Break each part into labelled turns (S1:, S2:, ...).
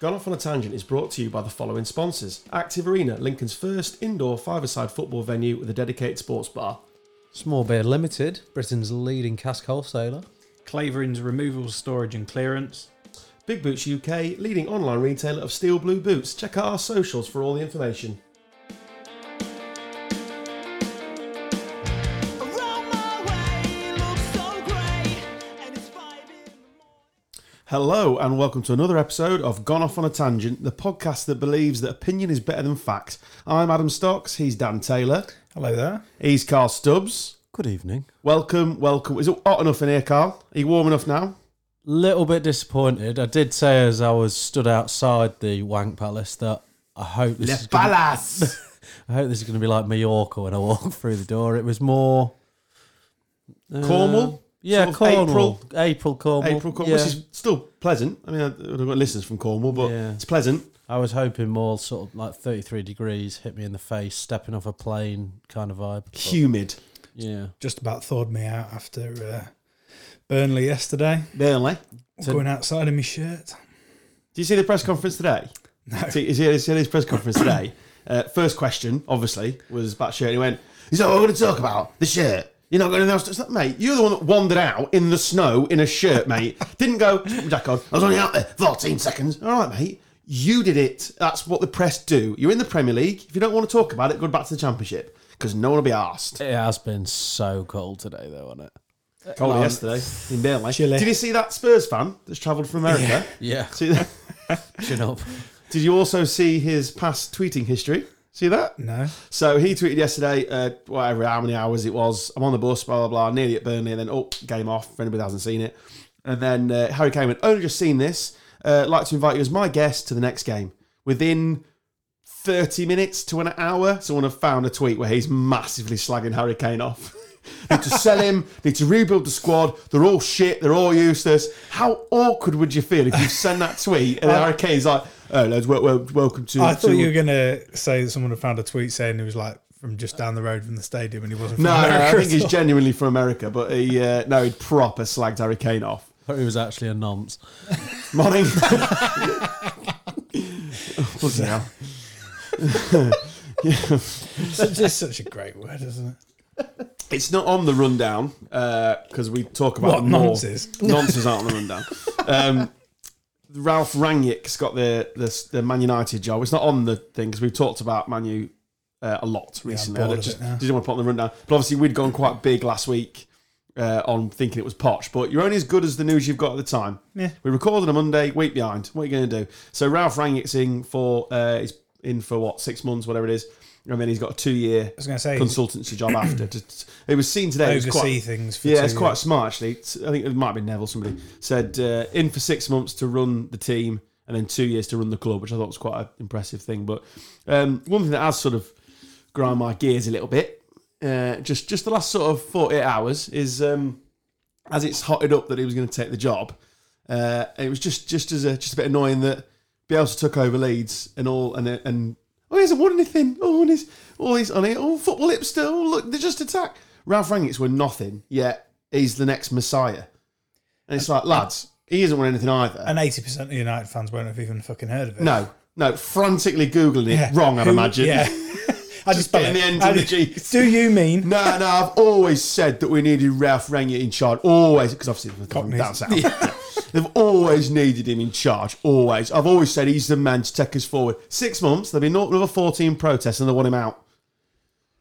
S1: Gone Off on a Tangent is brought to you by the following sponsors Active Arena, Lincoln's first indoor five a side football venue with a dedicated sports bar.
S2: Small Beer Limited, Britain's leading cask wholesaler.
S3: Clavering's removals, storage, and clearance.
S1: Big Boots UK, leading online retailer of steel blue boots. Check out our socials for all the information.
S4: Around my way looks so grey, and it's five in the morning.
S1: Hello, and welcome to another episode of Gone Off on a Tangent, the podcast that believes that opinion is better than fact. I'm Adam Stocks, he's Dan Taylor,
S3: Hello there.
S1: he's Carl Stubbs.
S2: Good evening.
S1: Welcome, welcome. Is it hot enough in here, Carl? Are you warm enough now?
S2: Little bit disappointed. I did say as I was stood outside the Wank Palace that I hope this is gonna,
S1: Palace!
S2: I hope this is going to be like Mallorca when I walk through the door. It was more uh,
S1: Cornwall?
S2: Yeah,
S1: Sort of
S2: Cornwall. April, Cornwall.
S1: April, Corn-
S2: yeah.
S1: which is still pleasant. I mean, I- I've got listeners from Cornwall, but
S2: Yeah.
S1: it's pleasant.
S2: I was hoping more sort of like 33 degrees, hit me in the face, stepping off a plane kind of vibe. but
S1: Humid.
S2: yeah.
S5: just about thawed me out after uh, Burnley yesterday.
S1: Burnley.
S5: Going outside in my shirt.
S1: Do you see the press conference today? No. See, you see, you see his press conference today? Uh, first question, obviously, was about shirt. And he went, Is that what we're going to talk about? The shirt. You're not going to know. It's like, mate, you're the one that wandered out in the snow in a shirt, mate. Didn't go, "Just put my jacket on. I was only out there 14 seconds. All right, mate. You did it. That's what the press do. You're in the Premier League. If you don't want to talk about it, go back to the Championship because no one will be asked.
S2: It has been so cold today, though, hasn't it?
S1: Cold yesterday Um, in Burnley.
S5: Chilly.
S1: Did you see that Spurs fan that's travelled from America?
S2: Yeah.
S1: See,
S2: Chin up.
S1: did you also see his past tweeting history? See that?
S5: No.
S1: So he tweeted yesterday, uh, whatever how many hours it was. I'm on the bus, blah blah blah, nearly at Burnley, and then oh, game off. If anybody hasn't seen it, and then uh, Harry Kane went, only just seen this. Uh, like to invite you as my guest to the next game. Within 30 minutes to an hour, someone have found a tweet where he's massively slagging Harry Kane off. need to sell him. Need to rebuild the squad. They're all shit. They're all useless. How awkward would you feel if you send that tweet and Harry Kane's like, "Oh, lads, wel- wel- welcome to."
S5: I thought
S1: to-
S5: you were going to say that someone had found a tweet saying it was like from just down the road from the stadium and he wasn't from
S1: No,
S5: America
S1: no, I
S5: at
S1: think he's
S5: all.
S1: genuinely from America, but he uh, no, he proper slagged Harry Kane off.
S2: But it was actually a nonce.
S1: Morning. Bloody hell.
S5: It's just such a great word, isn't it?
S1: It's not on the rundown because we talk about
S5: What,
S1: more.
S5: nonsense?
S1: Nonsense aren't on the rundown. Um, Ralph Rangnick's got the, the the Man United job. It's not on the thing because we've talked about Manu uh, a lot recently.
S5: bored
S1: I
S5: of
S1: just-
S5: it now.
S1: didn't want to put on the rundown, but obviously we'd gone quite big last week uh, on thinking it was Poch. But you're only as good as the news you've got at the time.
S5: Yeah.
S1: We recorded a Monday, week behind. What are you going to do? So Ralph Rangnick's in for uh, is in for what six months, whatever it is, and then he's got a two year
S5: was gonna say-
S1: consultancy job after. Just- It was seen today. it was
S5: Oversee
S1: quite,
S5: things for
S1: yeah,
S5: two
S1: it's quite
S5: years.
S1: smart actually. It's- I think it might be Neville. Somebody said uh, in for six months to run the team and then two years to run the club, which I thought was quite an impressive thing. But um, one thing that has sort of grind my gears a little bit, uh, just just the last sort of forty eight hours is um, as it's hotted up that he was going to take the job. Uh, it was just just as a, just a bit annoying that Bielsa took over Leeds and all and and oh he hasn't won anything. Oh and he's all he's on it. Oh football hipster. Oh look they just attack. Ralph Rangnick's were nothing yet he's the next messiah. And it's like lads, he hasn't won anything either.
S5: And 80% of United fans won't have even fucking heard of it.
S1: no, no, frantically googling it
S5: Yeah.
S1: wrong. I'd
S5: Who-
S1: imagine.
S5: Yeah. I just spell
S1: getting
S5: it.
S1: the end
S5: I
S1: of the
S5: did-
S1: G's.
S5: Do you mean?
S1: No, no, I've always said that we needed Ralph Rangnick in charge. Always, because obviously they're from
S5: Cockneys.
S1: down south. They've always needed him in charge. Always. I've always said he's the man to take us forward. Six months, there'll be not another 14 protests and they want him out.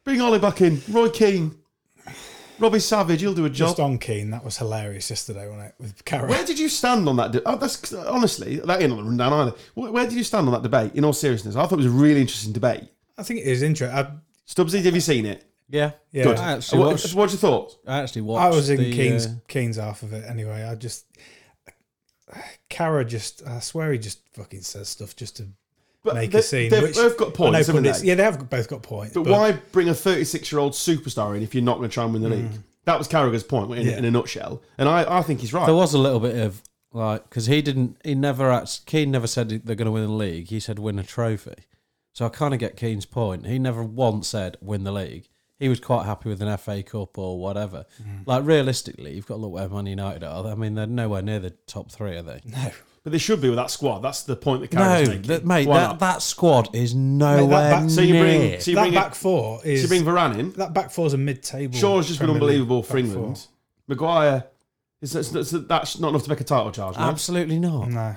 S1: Bring Ollie back in. Roy Keane. Robbie Savage, he'll do a job.
S5: Just on Keane, that was hilarious yesterday, wasn't it? With Carroll.
S1: Where did you stand on that? De- oh, that's honestly that ain't on the rundown either. Where, where did you stand on that debate? In all seriousness, I thought it was a really interesting debate.
S5: I think it is interesting. I,
S1: Stubbsy, have you seen it?
S2: Yeah.
S5: yeah. Good.
S2: I actually
S1: What,
S2: watched.
S1: what's your thoughts?
S2: I actually watched.
S5: I was in
S2: the,
S5: Keane's
S2: uh,
S5: Keane's half of it anyway. I just Cara just I swear he just fucking says stuff just to
S1: But
S5: make
S1: they,
S5: a scene.
S1: They've
S5: which-
S1: both got
S5: I know
S1: points, haven't
S5: pundits-
S1: they?
S5: Yeah, they have both got points.
S1: But, why bring a 36 year old superstar in if you're not going to try and win the
S2: Mm.
S1: league? That was Carragher's point in,
S5: Yeah.
S1: in a nutshell. And I, I think he's right.
S2: There was a little bit of like because he didn't. He never. Act, Keane never said they're going to win the league. He said win a trophy. So I kind of get Keane's point. He never once said win the league. He was quite happy with an FA Cup or whatever. Like realistically, you've got to look where Man United are. I mean, they're nowhere near the top three, are they?
S5: No.
S1: But they should be with that squad. That's the point that
S2: No,
S1: Carragher's making.
S2: that, mate,
S1: Why
S2: that,
S1: not?
S2: that squad is nowhere
S5: back-
S1: so you bring-
S2: near.
S1: so you
S5: that
S1: bring it-
S5: back four
S1: So
S5: is
S1: you bring Varane in.
S5: that back four is a mid-table.
S1: Shaw's just been
S5: Premier League
S1: unbelievable for
S5: back
S1: England. Maguire, is that, is that- that's not enough to make a title charge. no?
S2: Absolutely not.
S5: four. No,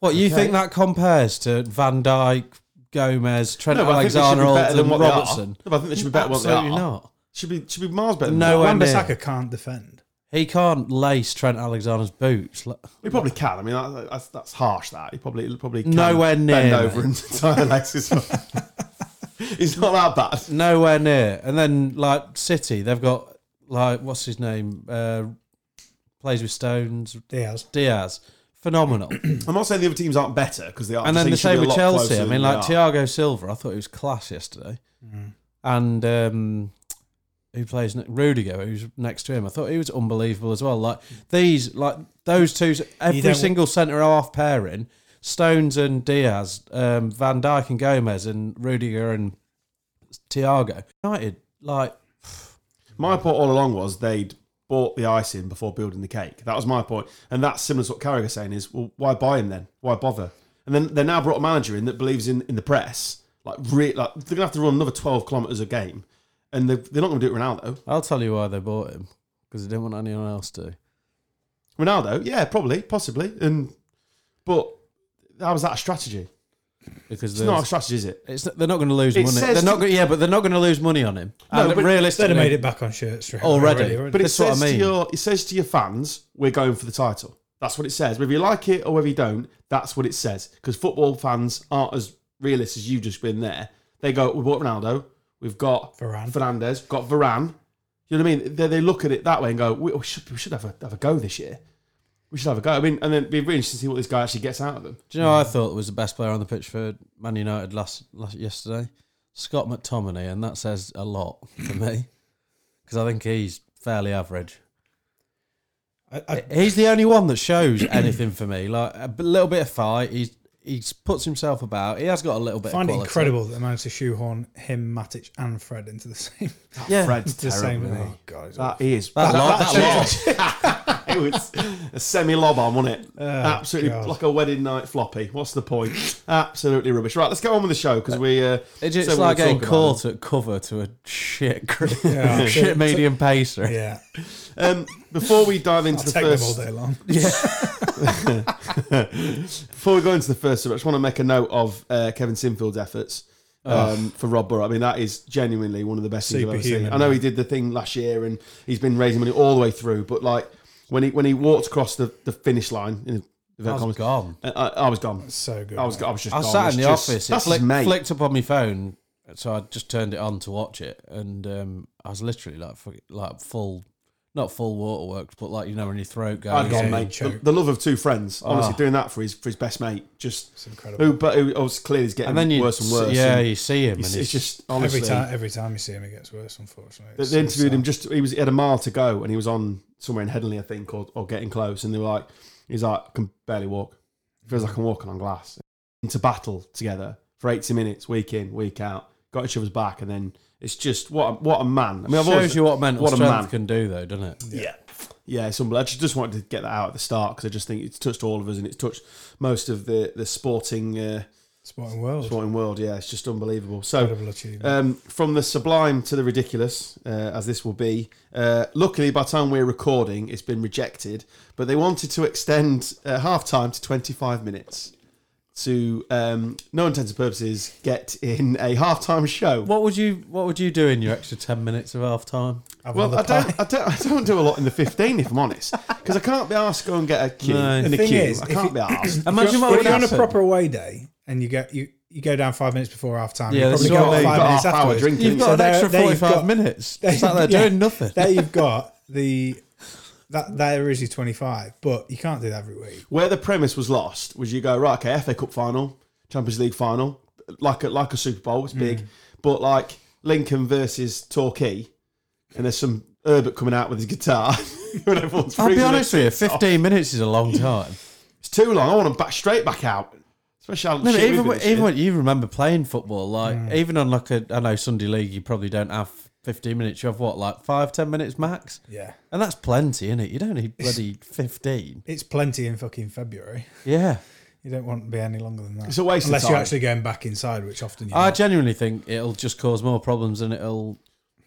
S2: What you
S1: Okay.
S2: think that compares to Van Dijk, Gomez, Trent
S1: No, but I think they should be
S2: Alexander-Arnold,
S1: better than
S2: and
S1: what they are.
S2: Robertson?
S1: No, but I think they should be better than what they
S2: Absolutely
S1: are.
S2: not.
S1: Should be should be miles better. Than that.
S2: No way.
S5: Wan-Bissaka can't defend.
S2: He can't lace Trent Alexander's boots. Look,
S1: he probably can. I mean, that, that's, that's harsh. That he probably he probably can
S2: Nowhere near,
S1: bend over
S2: mate.
S1: and tie Alexis. He's not that bad.
S2: Nowhere near. And then like City, they've got like what's his name? Uh, plays with Stones,
S5: Diaz.
S2: Diaz. Phenomenal.
S1: I'm not saying the other teams aren't better because they are.
S2: and
S1: I'm
S2: then the
S1: just saying
S2: same
S1: they should be a
S2: with
S1: lot
S2: Chelsea.
S1: closer
S2: I
S1: than
S2: mean,
S1: they
S2: like
S1: are. Mm.
S2: Thiago Silva, I thought he was class yesterday. And um, who plays ne- Rudiger, who's next to him, I thought he was unbelievable as well. Like these, like those two, every
S5: don't-
S2: single centre half pairing, Stones and Diaz, um, Van Dijk and Gomez, and Rudiger and Thiago. United, like
S1: My point all along was they'd bought the icing before building the cake. That was my point, and that's similar to what Carragher's saying: is well, why buy him then? Why bother? And then they now brought a manager in that believes in, in the press. Like, re- like they're gonna have to run another twelve kilometers a game, and they, they're not gonna do it with Ronaldo.
S2: I'll tell you why they bought him because they didn't want anyone else to.
S1: Ronaldo, yeah, probably, possibly, and but how was that a strategy?
S2: Because
S1: It's not a strategy, is it?
S2: It's not, they're not going to lose
S1: It
S2: money.
S1: says
S2: They're not.
S1: to-
S2: Go- yeah, but they're not going to lose money on him.
S1: No,
S2: And
S1: but-
S5: They'd
S2: realistically,
S5: have made it back on shirt straight away,
S2: Already.
S5: wouldn't
S1: But it
S2: That's what I
S1: says
S2: mean.
S1: to your it says to your fans, we're going for the title. That's what it says. Whether you like it or whether you don't, that's what it says. Because football fans aren't as realist as you've just been there. They go, we bought Ronaldo, we've got
S5: Varane.
S1: Fernandez, got Varane. You know what I mean? They, they look at it that way and go, we, we should we should have a have a go this year. We should have a go. I mean, and then it'd be really interesting to see what this guy actually gets out of them.
S2: do you know who I thought was the best player on the pitch for Man United last, last yesterday? Scott McTominay, and that says a lot for me because I think he's fairly average.
S5: I, I,
S2: He's the only one that shows anything for me. Like a b- little bit of fight. He's he's puts himself about. He has got a little bit.
S5: I find
S2: of
S5: it
S2: quality.
S5: incredible that they managed to shoehorn him, Matic, and Fred into the same.
S2: Yeah. eh? Ah.
S1: Fred's
S5: the same Oh,
S1: terrible.
S5: thing.
S1: That is
S2: That, lot,
S1: that-
S2: that, lot.
S1: it was a semi lob on, wasn't it? Absolutely
S5: Oh, God.
S1: like a wedding night floppy. What's the point? Absolutely rubbish. Right, let's get on with the show because we. Uh,
S2: It's
S1: said
S2: just
S1: we
S2: like
S1: were
S2: getting
S1: talking about
S2: caught at cover to a shit, gr-
S5: Yeah.
S2: shit medium pacer.
S5: Yeah,
S1: it. Um, before we dive into
S5: I'll
S1: the
S5: take them all
S1: first,
S5: day long.
S1: before we go into the first, subject, I just want to make a note of uh, Kevin Sinfield's efforts. Um, for Rob Burrow, I mean that is genuinely one of the best things I've ever seen.
S5: Superhuman,
S1: I know he
S5: man.
S1: did the thing last year, and he's been raising money all the way through. But like when he when he walked across the, the finish line, in the,
S2: I was gone.
S1: I, I was gone.
S5: So good.
S1: I was I was just.
S2: I
S1: gone.
S2: sat
S1: It's
S2: in the
S1: just-
S2: office. It
S1: That's his
S2: flick,
S1: mate.
S2: flicked up on my phone, so I just turned it on to watch it, and um, I was literally like, fuck- like full, not full waterworks, but like you know when your throat goes.
S1: I'd
S5: Yeah,
S1: gone,
S5: you'd
S1: mate. The,
S5: choke.
S1: the love of two friends, honestly,
S2: Ah.
S1: doing that for his for his best mate, just
S5: incredible.
S1: who, but who obviously clearly is getting
S2: and then you,
S1: worse and worse.
S2: yeah,
S1: and
S2: you see him, and
S1: it's,
S2: it's,
S1: it's just honestly.
S5: every time, every time you see him, he gets worse. Unfortunately,
S1: they,
S5: It's
S1: they
S5: so
S1: interviewed him
S5: sad.
S1: just he was he had a mile to go, and he was on somewhere in Headley, I think, or, or getting close, and they were like, he's like, I can barely walk. Feels like I'm walking on glass. Into battle together for 80 minutes, week in, week out, got each other's back, and then it's just what a, what a man. I mean, I've
S2: shows
S1: always
S2: you what mental
S1: what a
S2: strength
S1: man.
S2: can do, though, doesn't it?
S1: Yeah. Yeah, it's unbelievable. I just, just wanted to get that out at the start because I just think it's touched all of us and it's touched most of the, the sporting uh,
S5: Sporting World.
S1: sporting world. Yeah, it's just unbelievable. So,
S5: Incredible achievement.
S1: um, from the sublime to the ridiculous, uh, as this will be, uh, luckily by the time we're recording, it's been rejected, but they wanted to extend uh, half time to 25 minutes to, um, no intended purposes, get in a half time show.
S2: What would you What would you do in your extra ten minutes of half time?
S5: Have
S1: Well, I
S5: another pie.
S1: don't, I don't, I don't do a lot in the fifteen, if I'm honest, because I can't be asked to go and get a queue
S2: No.
S1: in a
S5: The thing
S1: queue.
S5: is,
S1: I
S5: if
S1: can't
S5: you-
S1: be asked.
S2: Imagine what
S5: Well,
S2: would
S5: if you're on a
S2: happen.
S5: proper away day and you get you, you go down five minutes before half time.
S2: Yeah,
S5: you
S2: this
S5: probably
S2: is
S5: go
S2: what
S5: out
S1: You've got
S2: I mean.
S5: five minutes
S1: half hour
S5: afterwards.
S1: drink.
S2: You've got
S5: So
S2: an
S5: there-
S2: extra
S5: there you've
S2: forty-five
S5: got-
S2: minutes. It's like they're
S5: Yeah.
S2: doing nothing.
S5: There you've got the that that is your twenty five, but you can't do that every week.
S1: Where the premise was lost was you go right, okay, FA Cup final, Champions League final, like a like a Super Bowl, it's
S5: Mm.
S1: big, but like Lincoln versus Torquay, and there's some Herbert coming out with his guitar. when everyone's
S2: I'll be
S1: freezing
S2: honest
S1: their
S2: with you,
S1: tits off.
S2: fifteen minutes is a long time.
S1: It's too long. I want them back straight back out. Especially how
S2: No, but
S1: shit we've
S2: even
S1: been
S2: when,
S1: this
S2: even
S1: year. Mm.
S2: when you remember playing football, like even on like a I know Sunday league, you probably don't have 15 minutes, you have what, like five, 10 minutes max?
S5: Yeah.
S2: And that's plenty, innit? You don't need bloody 15.
S5: It's plenty in fucking February.
S2: Yeah.
S5: You don't want to be any longer than that.
S1: It's a waste of
S5: Unless
S1: time.
S5: you're actually going back inside, which often you
S2: I
S5: are.
S2: genuinely think it'll just cause more problems than it'll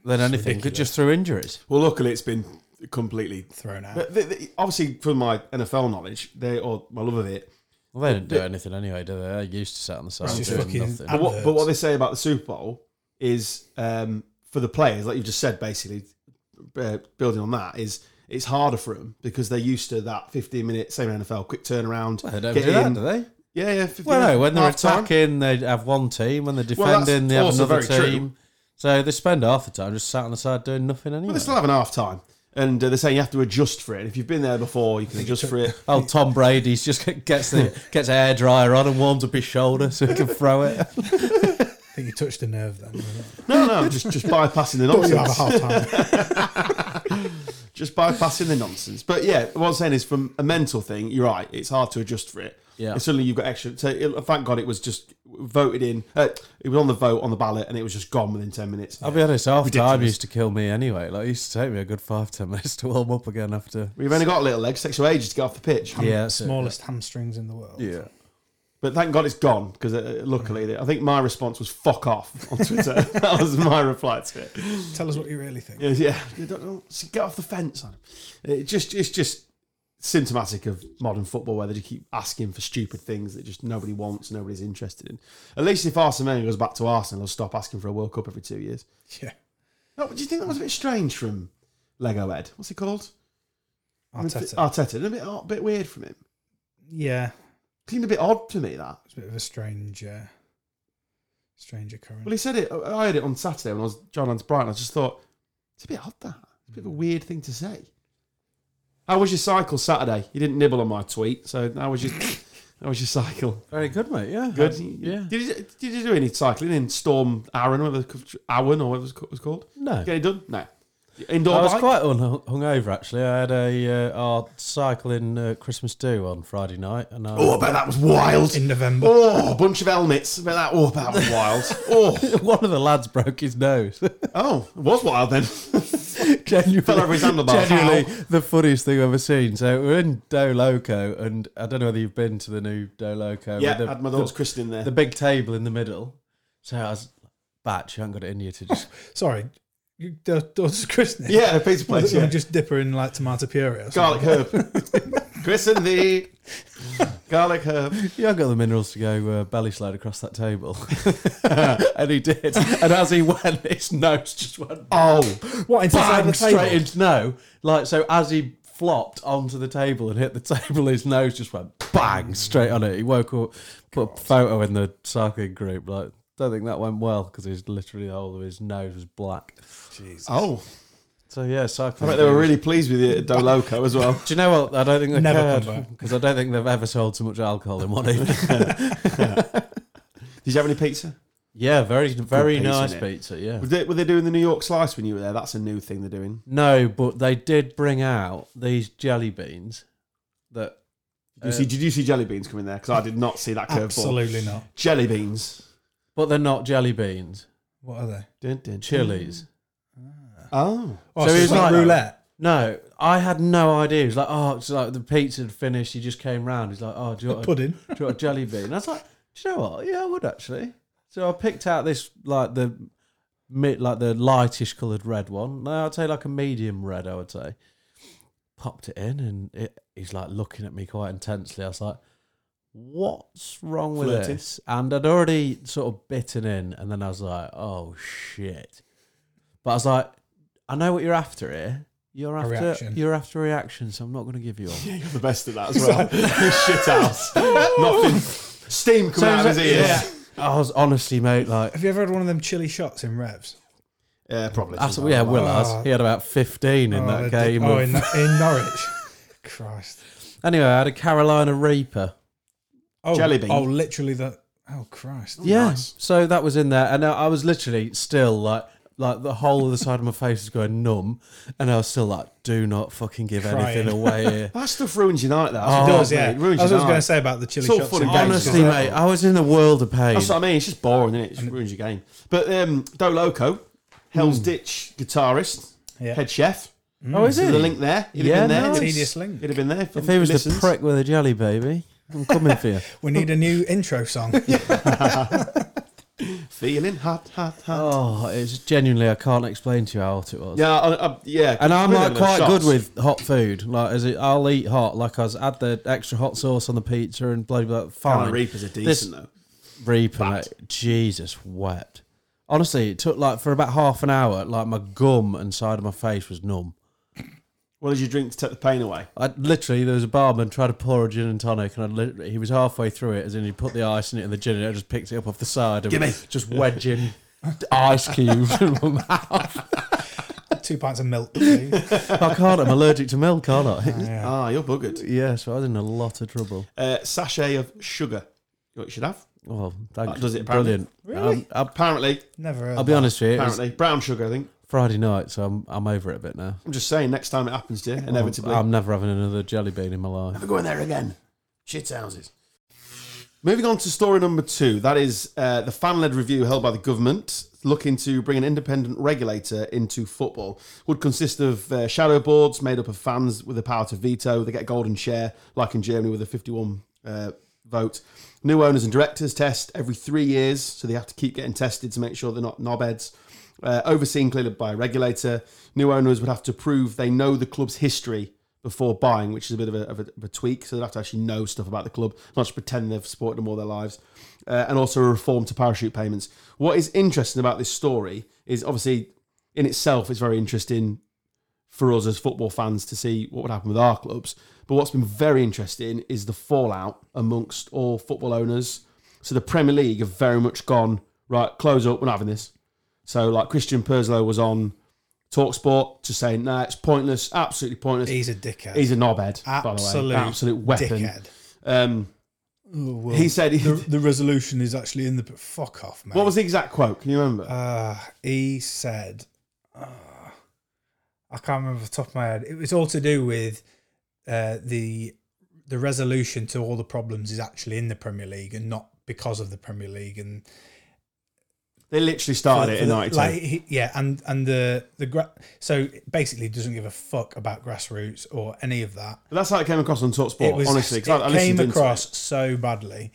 S2: than anything,
S5: ridiculous.
S2: just through injuries.
S1: Well, luckily it's been completely.
S5: thrown out.
S1: But the, the, obviously, from my NFL knowledge, they or my love of it.
S2: Well, they don't do anything anyway, do they? They're used to sat on the side
S5: It's just
S2: doing
S5: fucking
S2: nothing.
S5: ab-
S1: But what, but what they say about the Super Bowl is um, for the players, like you've just said, basically uh, building on that is it's harder for them because they're used to that 15 minute same NFL quick turnaround.
S2: They don't
S1: get
S2: do that,
S1: in.
S2: do they?
S1: Yeah, yeah. 15
S2: Well, no, when they're
S1: half time.
S2: attacking, they have one team. When they're
S1: Well, that's
S2: defending, they have
S1: also
S2: another
S1: very true.
S2: team. So they spend half the time just sat on the side doing nothing anyway.
S1: But they're still having half time. And uh, they're saying you have to adjust for it. And if you've been there before, you can adjust for it.
S2: Oh, Tom Brady's just gets the gets air dryer on and warms up his shoulder so he can throw it.
S5: I think you touched a nerve then. wasn't it?
S1: No, no, just just bypassing the
S5: Thought you have a
S1: nonsense.
S5: hard time.
S1: Just bypassing the nonsense. But yeah, what I'm saying is, from a mental thing, you're right. It's hard to adjust for it.
S2: Yeah.
S1: And suddenly you've got extra. So it, thank God it was just voted in. Uh, it was on the vote on the ballot, and it was just gone within ten minutes.
S2: I'll be honest, half time
S1: Ridiculous.
S2: used to kill me anyway. Like it used to take me a good five ten minutes to warm up again after.
S1: We've only got little legs. Takes you ages to get off the pitch.
S2: Yeah, that's it.
S5: Smallest hamstrings in the world.
S2: Yeah.
S1: But thank God it's gone because uh, luckily, I think my response was "fuck off" on Twitter. that was my reply to it.
S5: Tell us what you really think.
S1: Yeah, yeah. You don't know. So get off the fence. Adam. Uh, It just it's just symptomatic of modern football where they just keep asking for stupid things that just nobody wants, nobody's interested in. At least if Arsenal Wenger goes back to Arsenal, they'll stop asking for a World Cup every two years.
S5: Yeah.
S1: No, but do you think that was a bit strange from Lego Ed? What's he called?
S5: Arteta.
S1: Arteta. A bit, a bit weird from him.
S5: yeah.
S1: Seemed a bit odd to me that.
S5: It's a bit of a strange, uh, strange occurrence.
S1: Well, he said it. I heard it on Saturday when I was John Lance Brighton. I just thought it's a bit odd that. It's a bit of a
S2: Hmm.
S1: weird thing to say. How was your cycle Saturday? You didn't nibble on my tweet, so how was your how was your cycle?
S2: Very good, mate. Yeah.
S1: Good.
S2: Yeah.
S1: Did you, did you do any cycling in Storm Aaron, whatever it's called- Owen or whatever it's ca- it was called?
S2: No.
S1: Get it done? No. Indoor
S2: I was
S1: bike?
S2: quite un- hungover actually. I had a uh, our cycling uh, Christmas do on Friday night, and I,
S1: oh, I bet that was wild.
S5: in November.
S1: oh, a bunch of helmets. I bet that. Oh, I bet that was wild. Oh,
S2: one of the lads broke his nose.
S1: oh, it was wild then.
S2: genuinely,
S1: Fell over his handlebar.
S2: genuinely the funniest thing I've ever seen. So we're in Do Loco, and I don't know whether you've been to the new Do Loco.
S1: yeah,
S2: with the,
S1: had my
S2: the-
S1: daughter's christening there.
S2: the big table in the middle. So I was, batch, you haven't got it in you to just.
S5: Sorry, your da- daughter's christening.
S1: yeah, a pizza
S5: Why don't
S1: place.
S5: you
S1: Yeah.
S5: just dip her in like tomato puree. Or something?
S1: garlic herb. Christen thee. garlic herb.
S2: you haven't got the minerals to go uh, belly slide across that table. and he did. And as he went, his nose just went
S1: Oh,
S5: What inside
S2: bang
S5: the table?
S2: straight into no. Like so, as he flopped onto the table and hit the table, his nose just went bang straight on it. He woke up, put a photo in the cycling group. Like, don't think that went well because his literally the whole of his nose was black.
S1: oh!
S2: So yeah,
S1: I
S2: cycling.
S1: bet they were
S2: group.
S1: really pleased with you at Doloco as well.
S2: Do you know what? I don't think they
S5: Never
S2: cared
S5: come back.
S2: because I don't think they've ever sold so much alcohol in one evening.
S1: Did you have any pizza?
S2: yeah, very very
S1: pizza,
S2: nice
S1: innit?
S2: pizza. Yeah.
S1: Were they, were they doing the New York slice when you were there? That's a new thing they're doing.
S2: No, but they did bring out these jelly beans that uh,
S1: Did you, see, did you see jelly beans coming there? Because I did not see that curveball.
S5: Absolutely not.
S1: Jelly beans.
S2: but they're not jelly beans.
S5: What are they?
S1: Dun, dun,
S2: Chilies.
S1: Oh,
S5: Oh,
S2: So
S5: so,
S2: it
S5: it's
S2: was
S5: like
S2: like-
S5: roulette.
S2: No, I had no idea. It was like, oh, it's like the pizza had finished. He just came round. He's like, oh, do you, want a, do
S5: Pudding.
S2: you want a jelly bean? And I was like, do you know what? Yeah, I would actually. So I picked out this like the mid, like the lightish coloured red one. No, I'd say like a medium red. I would say. Popped it in, and it, he's like looking at me quite intensely. I was like, "What's wrong with
S1: Flirting.
S2: this?" And I'd already sort of bitten in, and then I was like, "Oh shit!" But I was like, "I know what you're after here. You're after
S5: reaction.
S2: you're after a reaction, so I'm not going to give you one."
S1: you're the best at that as well. Shit house. Nothing. Steam coming out of his ears. Yeah,
S2: I was honestly, mate, like.
S5: Have you ever had one of them chili shots in revs?
S1: probably.
S2: That's,
S1: something
S2: yeah,
S1: like
S2: Will
S1: that.
S2: has. He had about 15 in
S5: Oh,
S2: that
S5: they did-
S2: game.
S5: Oh,
S2: of-
S5: in, in Norwich. Christ.
S2: Anyway, I had a Carolina Reaper.
S5: Oh,
S1: Jelly bean.
S5: Oh, literally the. Oh Christ.
S2: yeah.
S1: nice.
S2: So that was in there, and I I was literally still like, like the whole of the side of my face was going numb, and I was still like, "Do not fucking give anything
S5: Crying.
S2: away here."
S1: That stuff ruins your night, that.
S2: Oh,
S5: It does, yeah.
S1: It ruins
S5: That's
S1: your
S5: what I was going
S1: night.
S5: to say about the chili
S1: It's all
S5: shots.
S1: fun
S5: in
S1: and games,
S5: Revs.
S2: Honestly, mate, I was in a world of pain.
S1: That's what I mean. It's just boring, isn't it? It just ruins your game. But um, Do Loco,
S2: Hmm.
S1: Hell's Ditch guitarist,
S5: Yeah.
S1: head chef.
S2: Oh, is
S1: So
S2: it?
S1: the link there. He'd
S2: Yeah,
S1: have been there.
S2: nice.
S5: Tedious link.
S1: He'd have been there.
S2: If he was
S1: listens.
S2: the prick with a jelly baby, I'm coming for you.
S5: We need a new intro song.
S1: feeling hot, hot, hot.
S2: Oh, it's genuinely I can't explain to you how hot it was.
S1: Yeah, I, I, yeah.
S2: And I'm
S1: really
S2: like
S1: those
S2: quite
S1: shots.
S2: good with hot food. Like, as it, I'll eat hot. Like, I was add the extra hot sauce on the pizza and blah blah. blah
S1: Carolina
S2: fine.
S1: Oh, Reapers are decent
S2: This-
S1: though.
S2: Reaper, mate. Jesus, wept. Honestly, it took like for about half an hour. Like my gum and side of my face was numb.
S1: What did you drink to take the pain away?
S2: I literally there was a barman tried to pour a gin and tonic, and I literally, he was halfway through it. As in, he put the ice in it and the gin, and I just picked it up off the side and
S1: Gimme.
S2: just wedging ice cubes in my mouth.
S5: Two pints of milk. please.
S2: I can't. I'm allergic to milk, aren't I?
S5: Yeah.
S1: Ah, you're buggered.
S2: Yeah, so I was in a lot of trouble.
S1: Uh, sachet of sugar. You know what you should have?
S2: Well, thank
S1: That Uh, does it, apparently.
S2: Brilliant.
S5: Really?
S2: Um, I,
S1: Apparently,
S5: Never. heard
S2: will be
S5: that.
S2: honest with you. It was
S1: apparently brown sugar. I think.
S2: Friday night, so I'm I'm over it a bit now.
S1: I'm just saying. Next time it happens to you,
S2: Oh,
S1: inevitably.
S2: I'm never having another jelly bean in my life.
S1: Never going there again. Shit houses. Moving on to story number two. That is uh, the fan led review held by the government looking to bring an independent regulator into football. Would consist of uh, shadow boards made up of fans with the power to veto. They get a golden share, like in Germany with a 51 uh, vote. New owners and directors test every three years, so they have to keep getting tested to make sure they're not knobheads. Uh, overseen clearly by a regulator, new owners would have to prove they know the club's history before buying, which is a bit of a, of a, of a tweak. So they'd have to actually know stuff about the club, not just pretend they've supported them all their lives. Uh, and also a reform to parachute payments. What is interesting about this story is obviously in itself it's very interesting for us as football fans to see what would happen with our clubs. But what's been very interesting is the fallout amongst all football owners. So the Premier League have very much gone right. Close up. We're not having this. So like Christian Perslow was on Talksport just saying, "Nah, it's pointless. Absolutely pointless.
S5: He's a dickhead.
S1: He's a knobhead, by
S5: absolute,
S1: the way. Absolute weapon.
S5: Dickhead.
S1: Um,
S5: Oh, well,
S1: he said,
S5: the, the resolution is actually in the. Fuck off, man.
S1: what was the exact quote? Can you remember?
S5: Uh, he said, uh, I can't remember off the top of my head. It was all to do with uh, the the resolution to all the problems is actually in the Premier League and not because of the Premier League. And
S1: they literally started it in
S5: like,
S1: 92.
S5: he- yeah, and and the the gra- so basically he doesn't give a fuck about grassroots or any of that.
S1: But that's how it came across on Talksport,
S5: it was
S1: Oh, honestly. 'cause
S5: it
S1: I, I listened
S5: came
S1: into
S5: across
S1: it.
S5: so badly,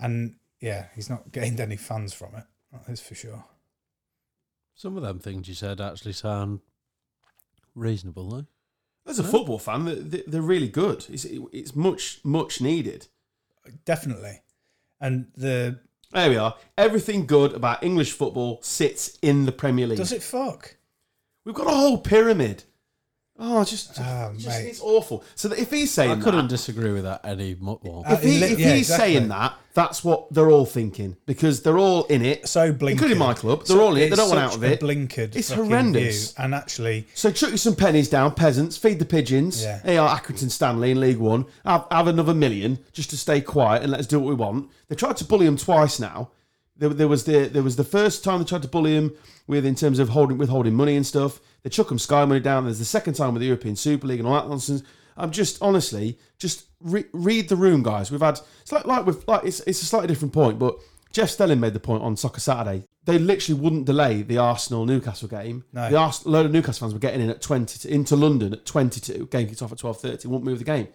S5: and yeah, he's not gained any fans from it. That is for sure.
S2: Some of them things you said actually sound reasonable, though.
S1: As a football fan, they- they- they're really good. It's, it's much, much needed.
S5: Definitely, and the
S1: There we are. Everything good about English football sits in the Premier League.
S5: Does it fuck?
S1: We've got a whole pyramid. Oh, just,
S5: Ah,
S1: just-
S5: mate.
S1: it's awful. So that if he's saying
S2: I
S1: that, Oh,
S2: couldn't disagree with that any more.
S5: Uh,
S1: if, he,
S5: li-
S1: if
S5: yeah,
S1: he's
S5: exactly.
S1: saying that, that's what they're all thinking because they're all in it.
S5: So blinkered.
S1: Including my club. They're all in it. They
S5: it's
S1: don't want
S5: such
S1: out of
S5: a
S1: it.
S5: Blinkered.
S1: It's
S5: fucking
S1: horrendous.
S5: view. And actually,
S1: So chuck you some pennies down, peasants. Feed the pigeons.
S5: Yeah.
S1: They are Accrington Stanley in League One. Have, have another million just to stay quiet and let us do what we want. They tried to bully him twice now. There, there was the there was the first time they tried to bully him with in terms of holding withholding money and stuff. They chuck him sky money down. There's the second time with the European Super League and all that nonsense. I'm just honestly just re- read the room, guys. We've had it's like like with like it's it's a slightly different point, but Jeff Stelling made the point on Soccer Saturday. They literally wouldn't delay the Arsenal Newcastle game.
S5: No.
S1: The Ars- a load of Newcastle fans were getting in at twenty to, into London at twenty two. Game kicked off at twelve thirty. Won't move the game.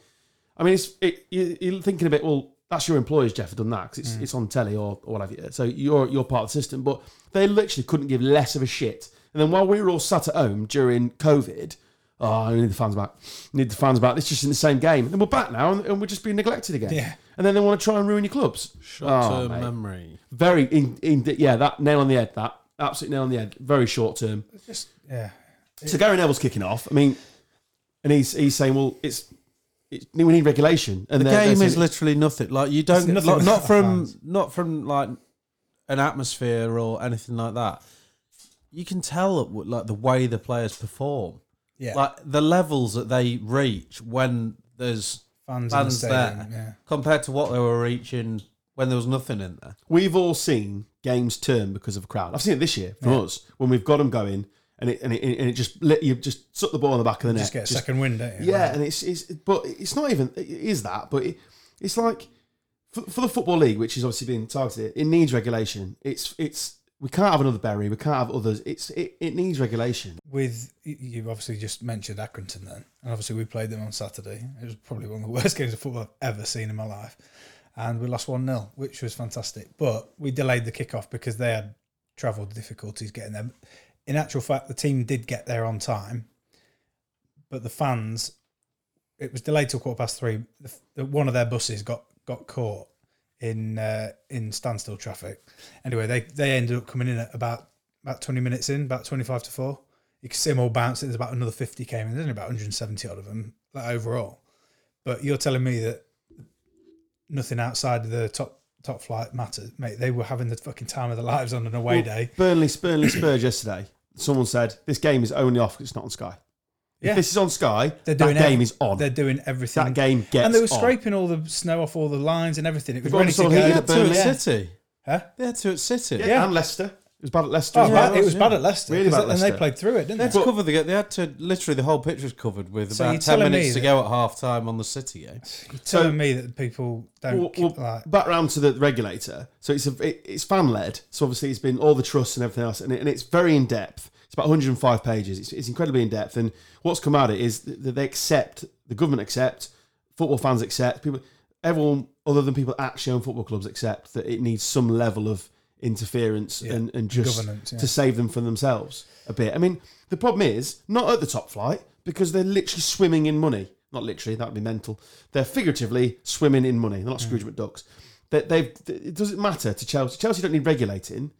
S1: I mean, it's it, you, you're thinking a bit. Well, that's your employers, Jeff, have done that because it's, it's on telly or, or whatever. So you're you're part of the system, but they literally couldn't give less of a shit. And then while we were all sat at home during COVID, oh, we need the fans back. We need the fans back. It's just in the same game, and we're back now, and, and we're just being neglected again.
S5: Yeah.
S1: And then they want to try and ruin your clubs. Oh,
S2: Short-term um,
S1: mate.
S2: memory.
S1: Very in, in yeah, that nail on the head. That absolute nail on the head. Very short term.
S5: just yeah.
S1: So Gary Neville's kicking off. I mean, and he's he's saying, well, it's, it's we need regulation. And
S2: The
S1: they're- they're
S2: game
S1: saying
S2: is
S1: it-
S2: literally nothing. Like you don't
S5: It's nothing
S2: like, not
S5: without
S2: from
S5: fans.
S2: not from like an atmosphere or anything like that. You can tell it, like the way the players perform,
S5: Yeah.
S2: like the levels that they reach when there's
S5: fans, in the
S2: fans
S5: stadium.
S2: there, compared to what they were reaching when there was nothing in there.
S1: we've all seen games turn because of a crowd. I've seen it this year from us when we've got them going and it and it, and it just let you just suck the ball in the back of the net.
S5: Yeah. Just get a second wind, don't you?
S1: yeah, and it's it's but it's not even it is that, but it, it's like for, for the football league, which is obviously being targeted, it needs regulation. It's it's We can't have another Berry. We can't have others. It's it, it needs regulation.
S5: with you- you obviously just mentioned Accrington then, and obviously we played them on Saturday. It was probably one of the worst games of football I've ever seen in my life, and we lost one 0 which was fantastic. But we delayed the kickoff because they had travel difficulties getting there. In actual fact, the team did get there on time, but the fans, it was delayed till quarter past three. The, the, one of their buses got got caught in uh, in standstill traffic. Anyway, they they ended up coming in at about about twenty minutes in, about twenty five to four you can see them all bouncing. There's about another 50 came in. There's only about 170 odd of them like overall. But you're telling me that nothing outside of the top top flight matters, mate. They were having the fucking time of their lives on an away
S1: Well,
S5: day.
S1: Burnley, Burnley Spurs yesterday. Someone said this game is only off. 'cause It's not on Sky.
S5: Yeah.
S1: If this is on Sky,
S5: They're
S1: that
S5: doing
S1: game
S5: every-
S1: is on.
S5: They're doing everything.
S1: That game gets
S5: and they were
S1: on.
S5: scraping all the snow off all the lines and everything. It
S1: They've
S5: was
S1: got
S5: ready to
S1: some
S5: go.
S1: heat
S2: They
S1: Yeah,
S2: had two at
S1: Burnley.
S2: City.
S5: Huh?
S2: They had two at City.
S1: Yeah,
S5: Yeah.
S1: and Leicester. It was bad at Leicester.
S5: Oh,
S1: as
S5: bad.
S1: well.
S5: It was
S1: Yeah.
S5: bad at Leicester.
S1: Really
S5: 'cause
S1: bad at
S5: they- And
S1: Leicster.
S5: they played through it, didn't
S2: They had
S5: they?
S2: to cover the. They had to literally the whole picture was covered with
S5: So you're
S2: about ten
S5: telling me
S2: minutes to
S5: that-
S2: go at half time on the City eh? game.
S5: You're telling me that people don't
S1: um, Well, well,
S5: like.
S1: back round to the regulator. So it's a, it, it's fan led. So obviously it's been all the trusts and everything else, and, it, and it's very in depth. It's about 105 pages. It's, it's incredibly in depth. And what's come out of it is that they accept the government accept football fans accept people. Everyone other than people at Shone football clubs accept that it needs some level of interference and, and just
S5: Governance, yeah.
S1: to save them from themselves a bit. I mean, the problem is not at the top flight because they're literally swimming in money. Not literally, that would be mental. They're figuratively swimming in money. They're not Scrooge McDucks. They, they've. It doesn't matter to Chelsea. Chelsea don't need regulating.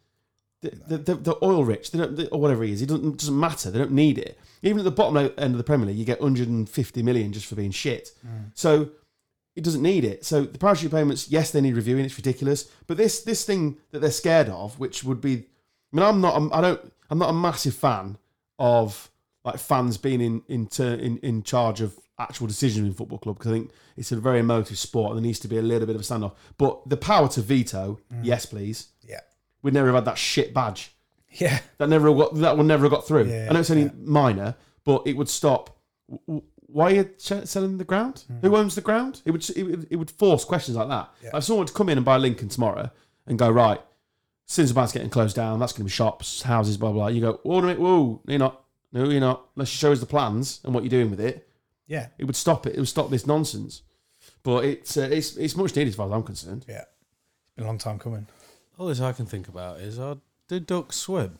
S1: They- they- They're, they're oil rich. They don't, they- or whatever he is. It doesn't, doesn't matter. They don't need it. Even at the bottom end of the Premier League, you get 150 million just for being shit. So it doesn't need it. So the parachute payments, yes, they need reviewing. It's ridiculous. But this this thing that they're scared of, which would be, I mean, I'm not, I'm, I don't, I'm not a massive fan of like fans being in in ter- in, in charge of actual decisions in football club because I think it's a very emotive sport and there needs to be a little bit of a standoff. But the power to veto, yes, please.
S5: Yeah.
S1: We'd never have had that shit badge.
S5: Yeah.
S1: That never got that one never got through.
S5: Yeah,
S1: I know it's only
S5: yeah.
S1: minor, but it would stop. W- w- Why are you ch- selling the ground? Who owns the ground? It would it, would- it would force questions like that.
S5: Hmm. Yeah.
S1: Like if someone would come in and buy Lincoln tomorrow and go right, since the bank's getting closed down, that's going to be shops, houses, blah blah. blah. You go, whoa, no, whoa, no, you're not, no, you're not. Unless you show us the plans and what you're doing with it,
S5: Yeah.
S1: it would stop it. It would stop this nonsense. But it's uh, it's it's much needed as far as I'm concerned.
S5: Yeah. It's been a long time coming.
S2: All this I can think about is, oh, do ducks swim?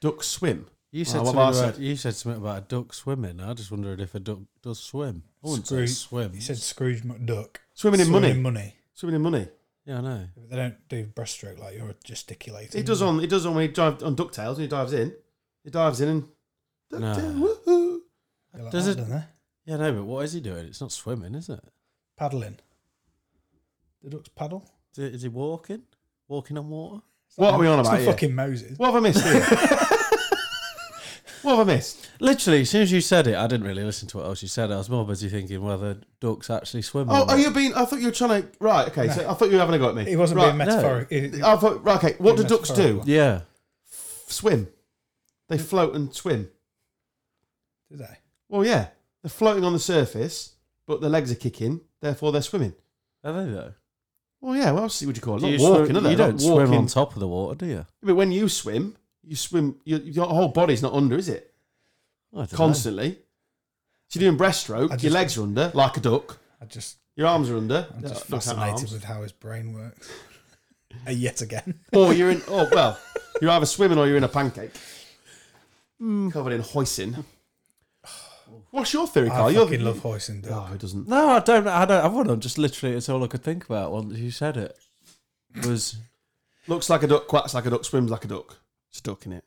S1: Ducks swim.
S2: You said,
S1: Well, what have
S2: something
S1: I
S2: about,
S1: said?
S2: you said something about a duck swimming. I just wondered if a duck does swim. I wouldn't say
S5: Scroo-
S2: swim.
S5: You said Scrooge McDuck.
S1: Swimming in money.
S5: Swimming money.
S1: Swimming in money.
S2: Yeah, I know.
S5: But They don't do breaststroke like you're gesticulating.
S1: It does on it does on when he dives on ducktails when he dives in. He dives in and
S2: No.
S1: Ducktail, woohoo.
S5: They're like eh?"
S2: Does
S5: that,
S2: it-
S5: don't they?
S2: Yeah, no, but what is he doing? It's not swimming, is it?
S5: Paddling. The ducks paddle.
S2: Is, it, is he walking? Walking on water?
S1: What are we on
S5: It's
S1: about
S5: not
S1: here?
S5: fucking Moses.
S1: What have I missed here? what have I missed?
S2: Literally, as soon as you said it, I didn't really listen to what else you said. I was more busy thinking whether ducks actually swim. or
S1: Oh, are
S2: not.
S1: you being I thought you were trying to right, okay, so I thought you were having a go at me.
S5: He wasn't
S1: right. Oh.
S5: being metaphoric. He- he-
S1: I thought right, okay, what do
S5: Being
S1: ducks do?
S5: metaphorical.
S2: Yeah.
S1: Swim. They float and swim.
S5: did they?
S1: Well yeah. They're floating on the surface, but their legs are kicking, therefore they're swimming.
S2: Are they, though?
S1: Well yeah, what else would you call it?
S2: Do
S1: Not
S2: you
S1: walking,
S2: swim-
S1: are they?
S2: you
S1: Not
S2: don't swim
S1: walking.
S2: on top of the water, do you?
S1: But when you swim, you swim your, your whole body's not under, is it?
S2: I don't know.
S1: constantly. So you're doing breaststroke,
S5: I just-
S1: your legs are under like a duck,
S5: I just,
S1: your arms are under,
S5: I'm just
S1: Duck out
S5: fascinated
S1: arms.
S5: with how his brain works. Uh, Yet again.
S1: or you're in. Oh well, you're either swimming or you're in a pancake,
S5: Hmm.
S1: covered in hoisin. What's your theory, Carl?
S5: I
S1: You're-
S5: fucking love hoisting duck.
S1: Oh, it doesn't.
S2: No, I don't. I don't have one. I'm just literally. It's all I could think about once you said it. Was
S1: Looks like a duck, quacks like a duck, swims like a duck. It's a duck in it.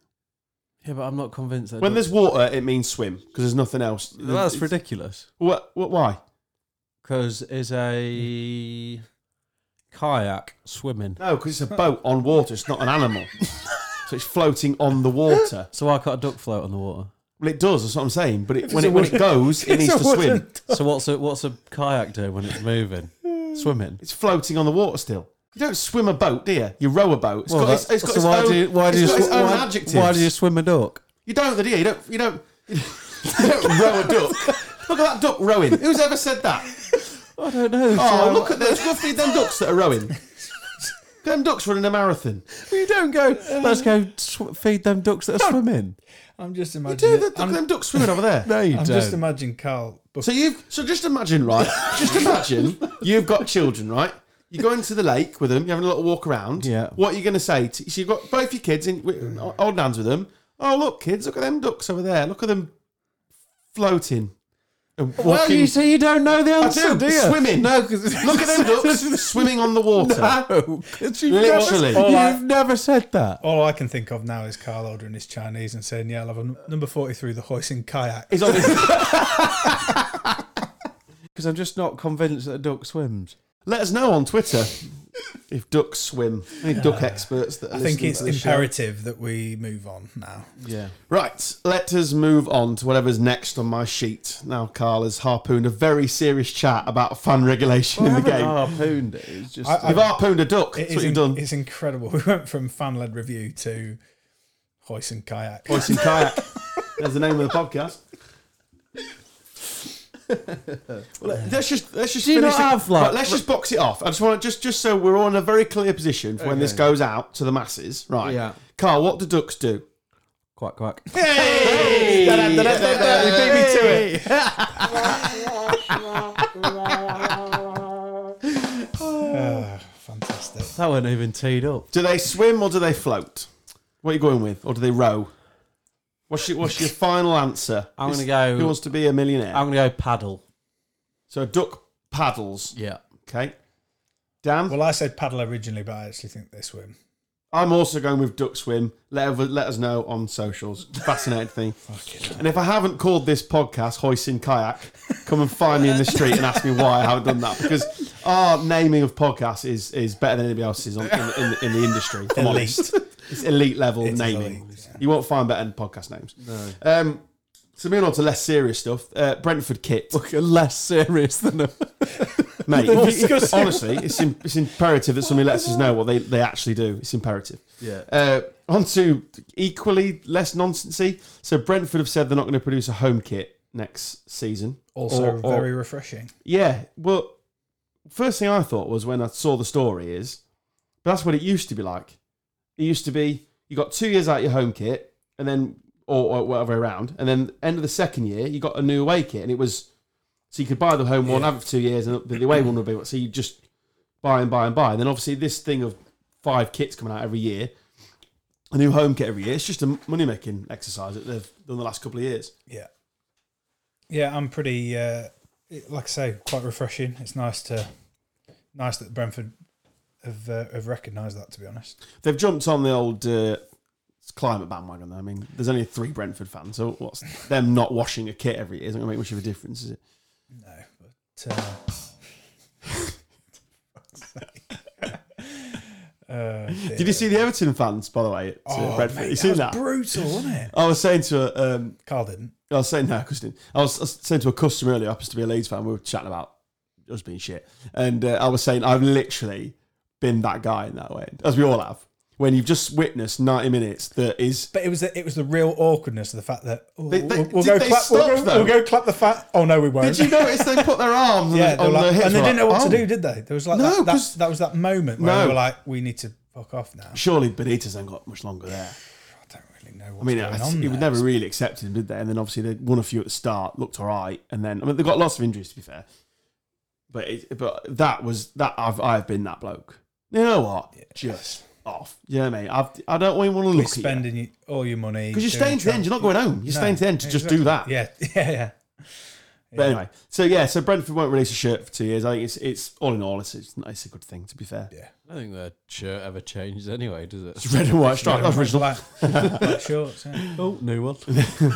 S2: yeah, but I'm not convinced. That
S1: When
S2: duck-
S1: there's water, it means swim because there's nothing else.
S2: that's
S1: It's-
S2: ridiculous.
S1: What, what? Why?
S2: Because is a kayak swimming.
S1: No, because it's a boat on water. It's not an animal, so it's floating on the water.
S2: So why can't a duck float on the water?
S1: Well, it does. That's what I'm saying. But it, when
S5: it's
S1: it
S5: a
S1: when it
S5: wooden-
S1: goes, it
S5: It's
S1: needs
S5: a
S1: to swim.
S5: wooden-
S2: So what's a what's a kayak doing when it's moving? Swimming.
S1: It's floating on the water still. You don't swim a boat, do you? You row a boat. It's
S2: Well,
S1: got, its,
S2: that-
S1: it's got
S2: so
S1: its
S2: why
S1: own,
S2: do you, why do
S1: it's
S2: you
S1: got its
S2: sw-
S1: own
S2: why,
S1: adjectives.
S2: why do you swim a duck?
S1: You don't, do you? You don't. You don't. You don't row a duck. Look at that duck rowing. Who's ever said that?
S2: I don't know.
S1: Oh, look at those. Go feed them ducks that are rowing. Them ducks running a marathon.
S2: You don't go. Let's go sw- feed them ducks that are swimming.
S5: I'm just
S1: You
S5: imagining.
S1: do. Look at
S5: I'm,
S1: them ducks swimming over there.
S2: No, you
S5: I'm
S2: don't.
S5: just imagining Carl. Book-
S1: So you so just imagine, right? Just imagine you've got children, right? You go into the lake with them. You're having a little walk around.
S2: Yeah.
S1: What are you going to say? To, so you've got both your kids in with- old nan's with them. Oh look, kids! Look at them ducks over there. Look at them floating. And walking.
S2: well, you say you don't know the answer,
S1: do.
S2: do you?
S1: Swimming.
S2: No, because
S1: look at them ducks swimming on the water.
S2: No, 'cause you've
S1: Literally.
S2: never,
S5: All I-
S2: you've never said that.
S5: all I can think of now is Carl ordering his Chinese and saying, "Yeah, I'll have a n- number forty-three, the hoisting kayak."
S1: He's on his-
S2: Because I'm just not convinced that a duck swims.
S1: Let us know on Twitter if ducks swim. Any duck experts that are
S5: I think
S1: listening
S5: it's
S1: to the show.
S5: imperative that we move on now.
S2: Yeah.
S1: Right, let us move on to whatever's next on my sheet. Now, Carl has harpooned a very serious chat about fan regulation in the game.
S2: harpooned it. It's just.
S5: I-
S1: You've harpooned a duck.
S5: It
S1: That's
S5: is
S1: what you've
S5: in-
S1: done.
S5: It's incredible. We went from fan-led review to hoist and kayak.
S1: Voice in kayak. There's the name of the podcast. well, let's just let's just
S2: Do you
S1: finish
S2: not
S1: the-
S2: have, like-
S1: right, let's just box it off. I just want to just just so we're all in a very clear position for when this goes out to the masses. Right,
S2: Yeah.
S1: Carl, what do ducks do?
S2: quack, quack.
S1: Hey! You beat me to it.
S5: Ah, fantastic.
S2: That weren't even teed up.
S1: Do they swim or do they float? What are you going with? Or do they row? What's your, what's your final answer?
S2: I'm
S1: It's
S2: gonna go-
S1: Who wants to be a millionaire?
S2: I'm going to go paddle.
S1: so a duck paddles.
S2: Yeah.
S1: Okay. Dan,
S5: Well, I said paddle originally, but I actually think they swim.
S1: I'm also going with duck swim. Let, ev- let us know on socials. Fascinating thing. and if I haven't called this podcast Hoisin Kayak, come and find me in the street and ask me why I haven't done that because our naming of podcasts is is better than anybody else's on, in, in, in the industry. If I'm honest. It's elite level
S5: It is
S1: naming.
S5: elite, yeah.
S1: You won't find better podcast names. No. Um, so moving on to less serious stuff. Uh, Brentford kit,
S2: Look, less serious than a.
S1: mate. if you- honestly, it's in, it's imperative that somebody lets us know what they, they actually do. It's imperative.
S2: Yeah.
S1: Uh, on to equally less nonsensey. So Brentford have said they're not going to produce a home kit next season.
S5: Also,
S1: Or- or-
S5: very refreshing.
S1: Yeah, well, first thing I thought was when I saw the story is, but that's what it used to be like. It used to be you got two years out your home kit, and then or, or whatever around, and then end of the second year you got a new away kit, and it was so you could buy the home one, have it for two years, and the away one would be what. So you just buy and buy and buy, and then obviously this thing of five kits coming out every year, a new home kit every year. It's just a money making exercise that they've done the last couple of years.
S5: Yeah. Yeah, I'm pretty, uh, it- like I say, quite refreshing. It's nice to, nice that Brentford have uh, have recognised that. To be honest,
S1: They've jumped on the old uh, climate bandwagon. Though. I mean, there's only three Brentford fans, so what's them not washing a kit every year isn't going to make much of a difference, is it?
S5: no, but uh, uh,
S1: Did you see the Everton fans, by the way? At, uh,
S5: oh,
S1: Brentford,
S5: mate,
S1: you seen
S5: was
S1: that?
S5: brutal, wasn't it?
S1: I was saying to a, um,
S5: Carl didn't.
S1: I was saying no, 'cause I didn't. I was, I was saying to a customer earlier, who happens to be a Leeds fan. We were chatting about us being shit, and uh, I was saying I've literally been that guy in that way, as we all have. When you've just witnessed 90 minutes that is
S5: But it was the, it was the real awkwardness of the fact that oh,
S1: They- they-
S5: we'll, we'll
S1: did
S5: go
S1: they
S5: clap, we'll,
S1: stop,
S5: go,
S1: though?
S5: we'll go clap the fat. Oh no, we won't.
S1: Did you notice they put their arms on
S5: yeah,
S1: the,
S5: they were
S1: on the
S5: like,
S1: hips?
S5: and they
S1: We're
S5: didn't know what
S1: "Oh."
S5: to do, did they? There was like
S1: No,
S5: that, that,
S1: 'cause-
S5: that was that moment where
S1: No.
S5: we were like, we need to fuck off now.
S1: Surely Benitez ain't got much longer there.
S5: I don't really know what's
S1: I mean,
S5: going
S1: it's- it
S5: on.
S1: was
S5: there.
S1: never really accepted, did they? And then obviously they won a few at the start, looked all right, and then I mean they got lots of injuries to be fair. But it, but that was that I've I've been that bloke. You know what? Just off. You know what I mean? I've, I don't even want to
S5: You're
S1: look at you
S5: spending you- all your money
S1: because you're staying
S5: doing
S1: to the end. You're not going home. You're
S5: No,
S1: staying to the end to just do that.
S5: exactly. Yeah, yeah, yeah.
S1: But anyway, so yeah, so Brentford won't release a shirt for two years. I think it's it's all in all, it's it's, it's a good thing to be fair.
S5: Yeah.
S2: I don't think their shirt ever changes anyway, does it?
S1: It's red and white stripe. That's
S5: Black-
S1: original.
S5: black- black shorts. yeah.
S2: Oh, new one.
S1: Yeah,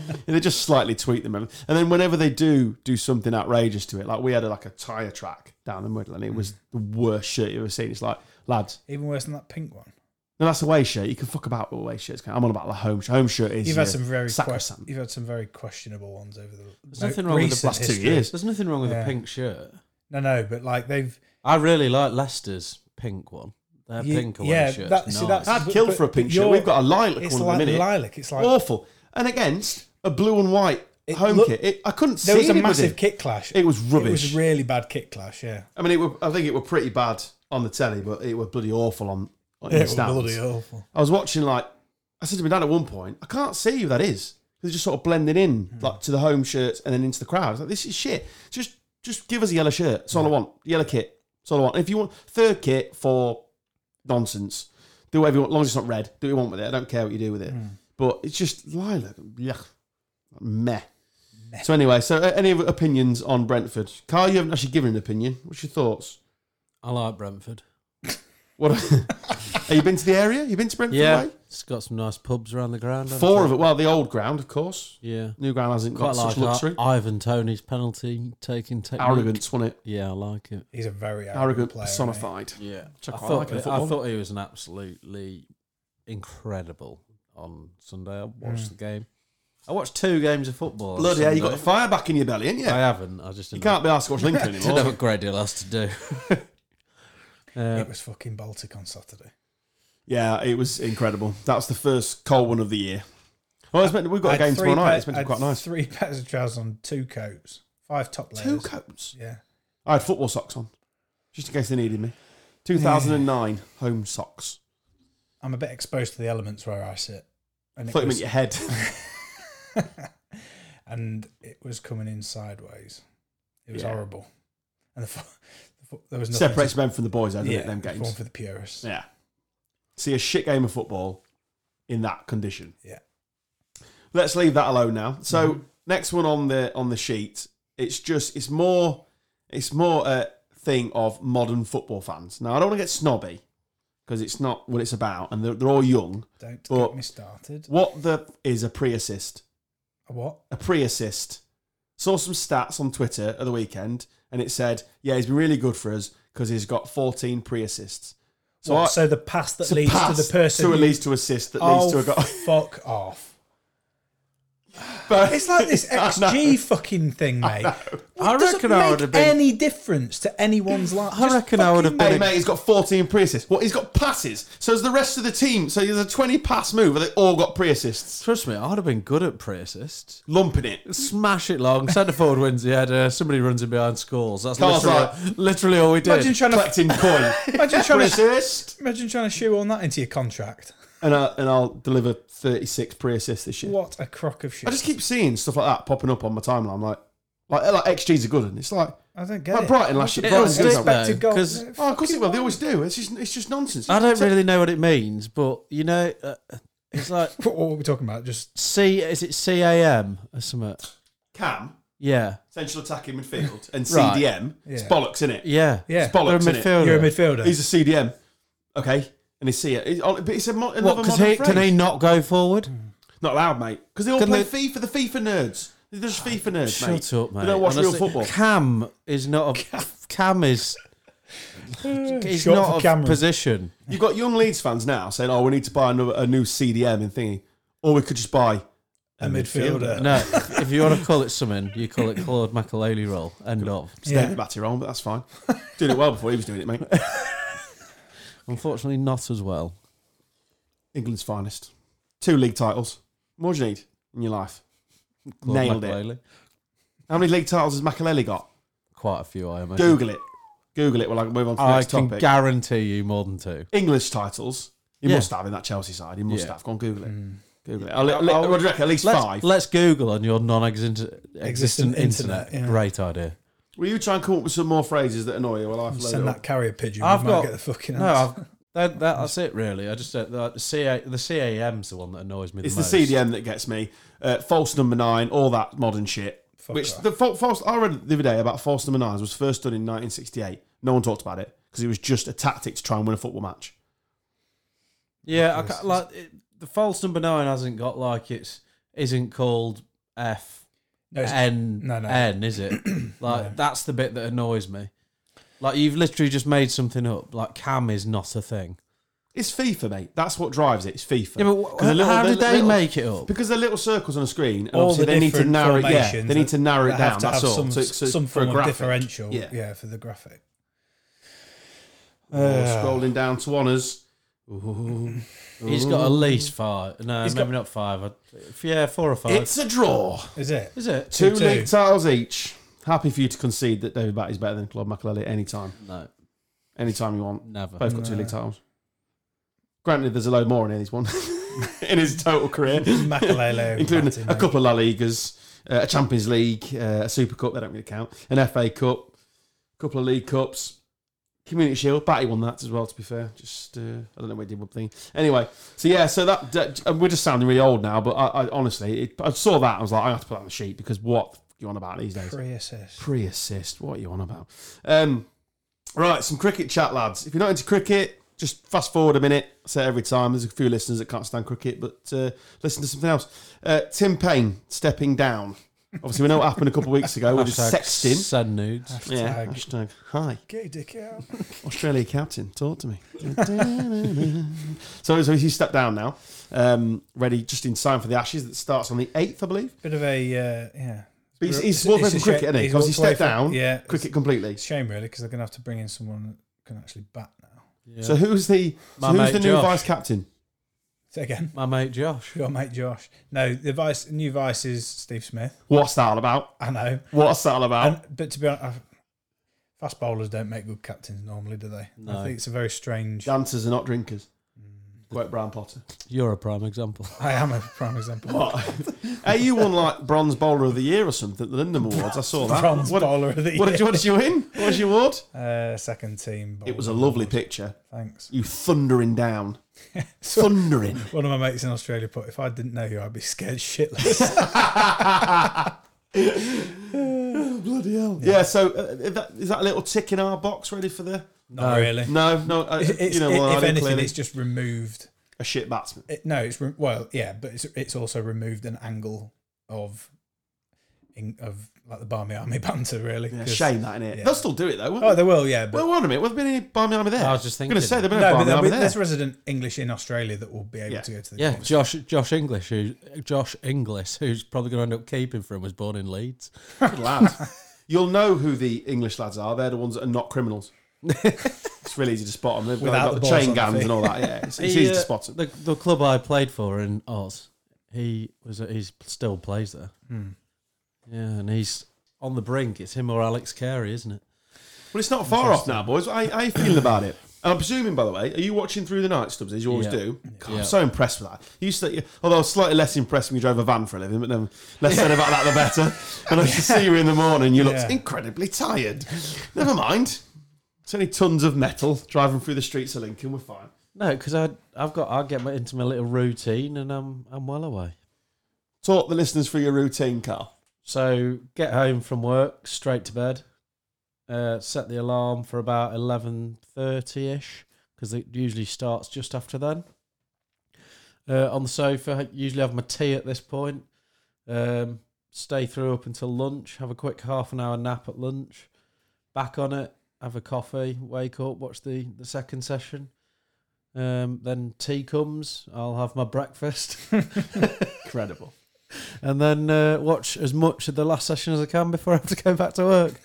S1: they just slightly tweak them, and then whenever they do do something outrageous to it, like we had a, like a tire track down the middle, and it
S5: Mm.
S1: was the worst shirt you ever seen. It's like lads,
S5: Even worse than that pink one.
S1: no, that's away shirt. You can fuck about with away shirts. can't you? I'm on about the home shirt. Home shirt is
S5: You've
S1: uh,
S5: had some very quest-
S1: sacrosanct.
S5: you've had some very questionable ones over the
S2: There's nothing wrong with the
S5: recent
S1: last two
S5: history.
S1: years.
S2: There's nothing wrong with a
S5: Yeah.
S2: pink shirt.
S5: No, no, but like they've
S2: I really like Leicester's pink one. Their
S5: Ye-
S2: pink away
S5: yeah,
S2: shirt's
S5: that-
S2: nice.
S5: see, that's-
S1: I'd kill
S5: But-
S1: for a
S5: but
S1: pink shirt.
S5: you're-
S1: We've got a lilac
S5: it's
S1: one
S5: like
S1: in the minute. Oh,
S5: lilac. It's like
S1: Awful, and against a blue and white
S5: It
S1: home
S5: looked-
S1: kit. It, I couldn't see
S5: there was a
S1: anybody.
S5: massive kit clash.
S1: It was
S5: It
S1: rubbish.
S5: was really bad kit clash. Yeah.
S1: I mean, it were, I think it were pretty bad on the telly, but it were bloody awful on. on in
S5: It
S1: the
S5: was
S1: stands.
S5: bloody awful.
S1: I was watching like I said to my dad at one point, I can't see who that is. They're just sort of blending in like to the home shirts and then into the crowd. I was like, this is shit. Just just give us a yellow shirt. That's all I want. Yellow kit. That's all I want. If you want third kit for nonsense, do whatever you want. As long as it's not red, do what you want with it. I don't care what you do with it. But it's just lilac. Yuck. Like, Meh. So anyway, so uh, any opinions on Brentford? Carl, you haven't actually given an opinion. What's your thoughts?
S2: I like Brentford.
S1: What have you been to the area? You been to Brentford?
S2: Yeah,
S1: way?
S2: it's got some nice pubs around the ground. haven't
S1: Four of it. Well, the old ground, of course.
S2: Yeah,
S1: New ground hasn't
S2: quite
S1: got
S2: like
S1: such luxury.
S5: uh,
S2: I- Ivan Tony's penalty taking technique.
S1: Arrogance, wasn't it?
S2: Yeah, I like it.
S5: He's a very arrogant,
S1: Arrogant
S5: uh, player. isn't he?
S1: personified.
S2: Yeah,
S1: Which I
S2: I,
S1: quite
S2: thought
S1: like in
S2: I
S1: football.
S2: thought he was an absolutely incredible on Sunday. I watched the game. I watched two games of football. on
S1: Mm. Bloody hell, you got the
S2: Sunday.
S1: fire back in your belly, ain't you?
S2: I haven't. I just
S1: You
S2: didn't,
S1: can't be asked to watch Lincoln
S2: didn't have
S1: anymore.
S2: a great deal else to do. uh,
S5: It was fucking Baltic on Saturday.
S1: yeah, it was incredible. That was the first cold one of the year. Well, it's meant, we've got a
S5: I had
S1: game
S5: three
S1: tomorrow night.
S5: pa-
S1: It's meant to be
S5: I
S1: quite
S5: had
S1: nice.
S5: Three pairs of trousers on, two coats, five top layers.
S1: Two coats.
S5: Yeah.
S1: I had football socks on, just in case they needed me. 2009 home socks.
S5: I'm a bit exposed to the elements where I sit. And
S1: I
S5: it,
S1: thought you meant
S5: was,
S1: your head.
S5: and it was coming in sideways. It was
S1: Yeah.
S5: horrible. And the, fo- the fo- there was nothing.
S1: Separates men from the boys, though, doesn't
S5: yeah,
S1: it? Them
S5: it's One
S1: games.
S5: for the purists.
S1: Yeah. See a shit game of football in that condition.
S5: Yeah.
S1: Let's leave that alone now. So
S5: Mm-hmm.
S1: next one on the on the sheet, it's just it's more it's more a thing of modern football fans. Now I don't want to get snobby because it's not what it's about, and they're, they're all young.
S5: Don't
S1: But-
S5: get me started.
S1: What the is a pre-assist?
S5: A What?
S1: a pre-assist. Saw some stats on Twitter at the weekend, and it said, "Yeah, he's been really good for us because he's got 14 pre-assists." So
S5: So,
S1: I,
S5: so the pass that
S1: it's a
S5: leads
S1: pass
S5: to the person.
S1: to a
S5: who-
S1: leads to assist that
S5: oh,
S1: leads to a goal.
S5: fuck off.
S1: But
S5: It's like this
S1: I know.
S5: XG fucking thing, mate.
S2: I
S5: Doesn't
S2: reckon I
S5: make
S2: would have been.
S5: any difference to anyone's life.
S2: I reckon I would have
S1: Hey
S2: been.
S1: mate, he's got 14 pre-assists. What? He's got passes. So has the rest of the team. So there's a 20 pass move, and they all got pre-assists.
S2: Trust me, I'd have been good at pre assists.
S1: Lumping it.
S2: Smash it long. Centre forward wins the header. uh, Somebody runs him behind scores. That's
S1: Carl's
S2: literally, literally all we did.
S5: Imagine trying to
S1: Collecting coin.
S5: imagine trying to
S1: Pre-assist.
S5: imagine trying to shoehorn that into your contract.
S1: And, I, and I'll deliver 36 pre-assists this year.
S5: What a crock of shit!
S1: I just keep seeing stuff like that popping up on my timeline. Like, like, like XG's a good one. It's like,
S5: I don't get
S1: Like
S5: it.
S1: Brighton last year,
S5: Look at
S1: Brighton's
S5: the
S1: good
S5: expected
S2: though,
S5: goal-
S2: 'cause-
S5: No,
S1: oh, of course it will. They always do. It's just, it's just nonsense.
S2: I don't
S1: So-
S2: really know what it means, but you know, uh, it's like
S5: Oh, What were we talking about? Just
S2: C. Is it C A M or something?
S1: Cam,
S2: Yeah,
S1: central attacking midfield, and
S2: Right.
S1: CDM. It's
S5: Yeah.
S1: bollocks, isn't it?
S2: yeah,
S5: yeah,
S1: It's bollocks,
S2: They're a
S1: isn't it?
S2: midfielder.
S5: you're a midfielder.
S1: He's a CDM. Okay. And he's see it. He's- But it's a mo- another
S2: What?
S1: modern Mm.
S2: Because he
S1: phrase.
S2: can he not go forward?
S1: Not allowed, mate. Because they all
S2: Can
S1: play
S2: they-
S1: FIFA, the FIFA nerds. They're just FIFA nerds,
S2: Shut
S1: mate.
S2: up, mate.
S1: They don't watch
S2: Honestly,
S1: real football.
S2: Cam is not a Cam is.
S1: Mm.
S2: He's
S5: Short for
S2: not a
S5: Cameron.
S2: position.
S1: You've got young Leeds fans now saying, oh, we need to buy another, a new CDM and thingy. Or we could just buy
S5: a midfielder.
S2: No, if you want to call it something, you call it Claude McAlealy roll. End of.
S1: yeah.
S5: Yeah.
S1: David Batty wrong, but that's fine. Doing it well before he was doing it, mate.
S2: Unfortunately, not as well.
S1: England's finest. Two league titles. More do you need in your life?
S2: Claude
S1: Nailed it.
S2: McAlealy.
S1: How many league titles has Makaleli got?
S2: Quite a few, I imagine.
S1: Google it. Google it while I move on to the
S2: I
S1: next
S2: can
S1: topic.
S2: guarantee you more than two.
S1: English titles. He
S2: Yeah.
S1: must have in that Chelsea side. He must
S2: Yeah.
S1: have. Go on, Google it. Google it. I'll, I'll, i would reckon at least
S2: Let's,
S1: 5
S2: let's Google on your non-existent existent
S5: Existent
S2: internet.
S5: internet, yeah.
S2: Great idea.
S1: Will you try and come up with some more phrases that annoy you while I load it
S5: Send that
S1: up?
S5: carrier pigeon.
S2: I've
S5: I've got
S2: got-
S5: get the fucking
S2: No,
S5: answer.
S2: I've, that, that, that's it really. I just uh, the the CA, the CAM's the one that annoys me.
S1: It's
S2: the
S1: the
S2: most.
S1: CDM that gets me. Uh, false number nine, all that modern shit.
S5: Fuck
S1: which
S5: off.
S1: the fal- false I read the other day about false number nines was first done in 1968. No one talked about it because it was just a tactic to try and win a football match.
S2: Yeah, I ca like it, the false number nine hasn't got like it's isn't called F
S5: No, it's-
S2: N
S5: no, no.
S2: N is it? Like that's the bit that annoys me. Like you've literally just made something up. Like cam is not a thing.
S1: It's FIFA, mate. That's what drives it. It's FIFA.
S2: Yeah, but
S1: 'Cause the
S2: wh-
S1: little-
S2: how
S1: the
S2: did they
S1: little-
S2: make it up?
S1: Because they're little circles on a screen, and
S5: All
S1: obviously
S5: the
S1: they need to
S5: different
S1: narrow it. Yeah,
S5: formations
S1: they need to narrow it
S5: They have
S1: down.
S5: to
S1: That's
S5: have
S1: all.
S5: Some,
S1: so, it's- so it's
S5: some
S1: for a
S5: form of
S1: graphic.
S5: differential.
S1: Yeah.
S5: Yeah. for the graphic. Uh,
S1: Oh, scrolling down to honours. Ooh.
S2: He's got at least five. No,
S5: He's
S2: maybe
S5: got-
S2: not five. I- f- Yeah, four or five.
S1: It's a draw.
S5: Is it?
S2: is it?
S1: Two,
S5: Two-two.
S1: league titles each. Happy for you to concede that David Batty's better than Claude McAlealy any time.
S2: No.
S1: anytime you want.
S2: Never.
S1: Both got two
S5: No.
S1: league titles. Granted, there's a load more in Eddie's one in his total career,
S5: Makalele over
S1: including
S5: Batty,
S1: a
S5: mate.
S1: couple of La Ligas, uh, a Champions League, uh, a Super Cup. They don't really count. An FA Cup, a couple of League Cups, Community Shield. Batty won that as well. To be fair, just uh, I don't know what he did with thing. Anyway, so yeah, so that, that- and we're just sounding really old now, but I, I honestly, it, I saw that I was like, I have to put that on the sheet because what are you on about these days?
S5: Three assists.
S1: Pre assist. What are you on about? Um, right, some cricket chat, lads. If you're not into cricket, just fast forward a minute. I say it every time. There's a few listeners that can't stand cricket, but uh, listen to something else. Uh, Tim Payne stepping down. Obviously, we know what happened a couple of weeks ago, which is
S2: Hashtag
S1: sexting.
S2: Send nudes.
S1: Yeah,
S5: Hashtag
S1: hashtag hi.
S5: Get your dick out.
S1: Australia captain, talk to me. so, so he stepped down now, um, ready just in time for the Ashes that starts on the 8th, I believe.
S5: Bit of a uh, yeah.
S1: But he's, he's
S5: It's-
S1: walked away from
S5: it's a
S1: cricket,
S5: shame-
S1: isn't he?
S5: he's
S1: Because he
S5: walked away
S1: stepped
S5: from-
S1: down,
S5: yeah, it's-
S1: cricket completely.
S5: It's a shame really because they're going to have to bring in someone that can actually bat now.
S2: Yeah.
S1: So who's the so
S2: My
S1: who's
S2: mate
S1: the new
S2: Josh.
S1: vice captain?
S5: Say again.
S2: My mate Josh.
S5: Your mate Josh. No, the vice new vice is Steve Smith.
S1: What's that all about?
S5: I know.
S1: What's that all about?
S5: And, but to be honest, i fast bowlers don't make good captains normally, do they?
S2: No.
S5: I think it's a very strange.
S1: Dancers are not drinkers.
S5: Mm.
S1: Quote Brian Potter.
S2: You're a prime example.
S5: I am a prime example.
S1: What? hey, you won like bronze bowler of the year or something at the Lindham Awards. I saw that.
S5: Bronze
S1: what,
S5: bowler of the
S1: what did you,
S5: year.
S1: what did you win? What was your award?
S5: Uh, second team. Bowler.
S1: It was a lovely picture.
S5: Thanks.
S1: You thundering down, thundering.
S5: One of my mates in Australia put, "If I didn't know you, I'd be scared shitless."
S1: Bloody hell! Yeah. so uh, is that, is that a little tick in our box ready for the?
S5: Not really.
S1: No, no. Uh,
S5: It's,
S1: you know what? I
S5: if
S1: did
S5: anything,
S1: clearly.
S5: it's just removed.
S1: a shit batsman.
S5: It, no, it's re- well, yeah, but it's it's also removed an angle of in, of like the Barmy Army banter, really.
S1: Yeah,
S5: 'cause-
S1: shame that in it.
S5: yeah.
S1: They'll still do it though. Won't
S5: Oh,
S1: they?
S5: they will, yeah. But
S1: Well, wait a minute. Well, there's been any Barmy Army there.
S2: I was just
S1: I'm going to
S2: thinking.
S1: say there's been a
S5: no, but
S1: Barmy
S5: there'll
S1: Army
S5: be,
S1: there.
S5: there's resident English in Australia that will be able
S1: Yeah.
S5: to go to the
S2: Yeah,
S5: conference.
S2: Josh Josh English, who Josh Inglis, who's probably going to end up keeping for him, was born in Leeds.
S1: Good lad. You'll know who the English lads are. They're the ones that are not criminals. it's really easy to spot them. They've
S5: Without
S1: got the,
S5: the balls
S1: chain
S5: on their
S1: guns
S5: feet.
S1: and all that. Yeah, it's, it's
S2: He,
S1: easy to
S2: uh,
S1: spot them.
S2: The, the club I played for in Oz, he was he still plays there. Yeah, and he's on the brink. It's him or Alex Carey, isn't it?
S1: Well, it's not far off now, boys. How, how are you feeling about it? And I'm presuming, by the way, are you watching through the night, Stubbs, as you always
S2: Yeah.
S1: do? God,
S2: Yeah.
S1: I'm so impressed with that. You used to, although I was slightly less impressed when you drove a van for a living, but then less said about that, the better. And I used to see you in the morning, you looked
S5: Yeah.
S1: incredibly tired. Never mind. It's only tons of metal driving through the streets of Lincoln. We're fine.
S2: No, because I I've got I get my, into my little routine and I'm I'm well away.
S1: Talk the listeners through your routine, Carl.
S2: So get home from work, straight to bed. Uh, set the alarm for about eleven thirty ish because it usually starts just after then. Uh, on the sofa, usually have my tea at this point. Um, stay through up until lunch. Have a quick half an hour nap at lunch. Back on it. Have a coffee. Wake up. Watch the the second session. Um, then tea comes. I'll have my breakfast.
S1: Incredible.
S2: and then uh, watch as much of the last session as I can before I have to go back to work.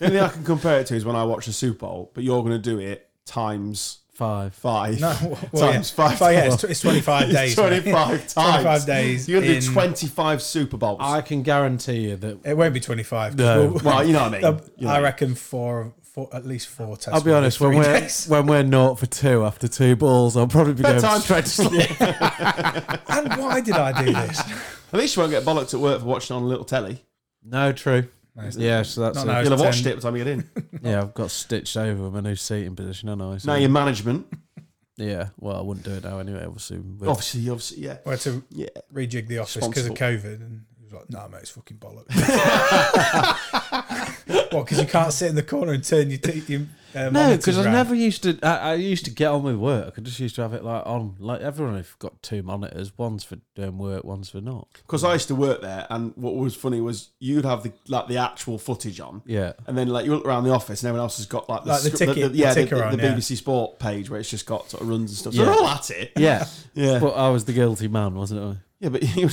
S1: the only thing I can compare it to is when I watch the Super Bowl, but you're going to do it times
S2: Five.
S1: five.
S5: No, well, yeah.
S1: times five.
S5: But yeah, it's, tw- it's 25
S1: It's
S5: days. mate.
S1: 25 times.
S5: 25 days.
S1: You're going to do
S5: in-
S1: 25 Super Bowls.
S2: I can guarantee you that.
S5: It won't be 25. 'cause
S2: No.
S5: we'll-
S1: well, you know what I mean.
S5: Um,
S1: You know.
S5: I reckon four, four, at least four tests.
S2: I'll be
S5: will
S2: honest.
S5: three
S2: When we're
S5: days.
S2: when we're naught for two after two balls, I'll probably be
S1: Bedtime.
S2: going straight to sleep.
S5: and why did I do this?
S1: At least you won't get bollocks at work for watching on a little telly.
S2: no, true.
S5: it's
S2: yeah, so that's
S5: Not
S2: it.
S5: now.
S1: You'll have
S5: ten.
S1: watched it by the time you get in.
S2: yeah. I've got stitched over with my new seating position, haven't I? So,
S1: now your management,
S2: yeah. Well, I wouldn't do it now anyway. Obviously, with-
S1: obviously, obviously, yeah,
S5: We had to
S1: yeah.
S5: rejig the office because of
S1: Responsible.
S5: COVID, and he was like, "No, mate, it's fucking bollocks." what? Because you can't sit in the corner and turn your t- your uh,
S2: No, because I
S5: monitors
S2: never used to. I, I used to get on with work. I just used to have it like on. Like everyone, have got two monitors. One's for doing work. One's for not.
S1: Because I used to work there, and what was funny was you'd have the like the actual footage on,
S2: Yeah.
S1: and then like you look around the office, and everyone else has got like the,
S5: Like the
S1: script-
S5: ticket- the
S1: yeah, the,
S5: ticker
S1: the-
S5: on,
S1: the
S5: yeah.
S1: BBC Sport page where it's just got sort of runs and stuff. So
S2: Yeah.
S1: they're all at it.
S2: Yeah.
S1: Yeah,
S2: But I was the guilty man, wasn't
S1: yeah, but you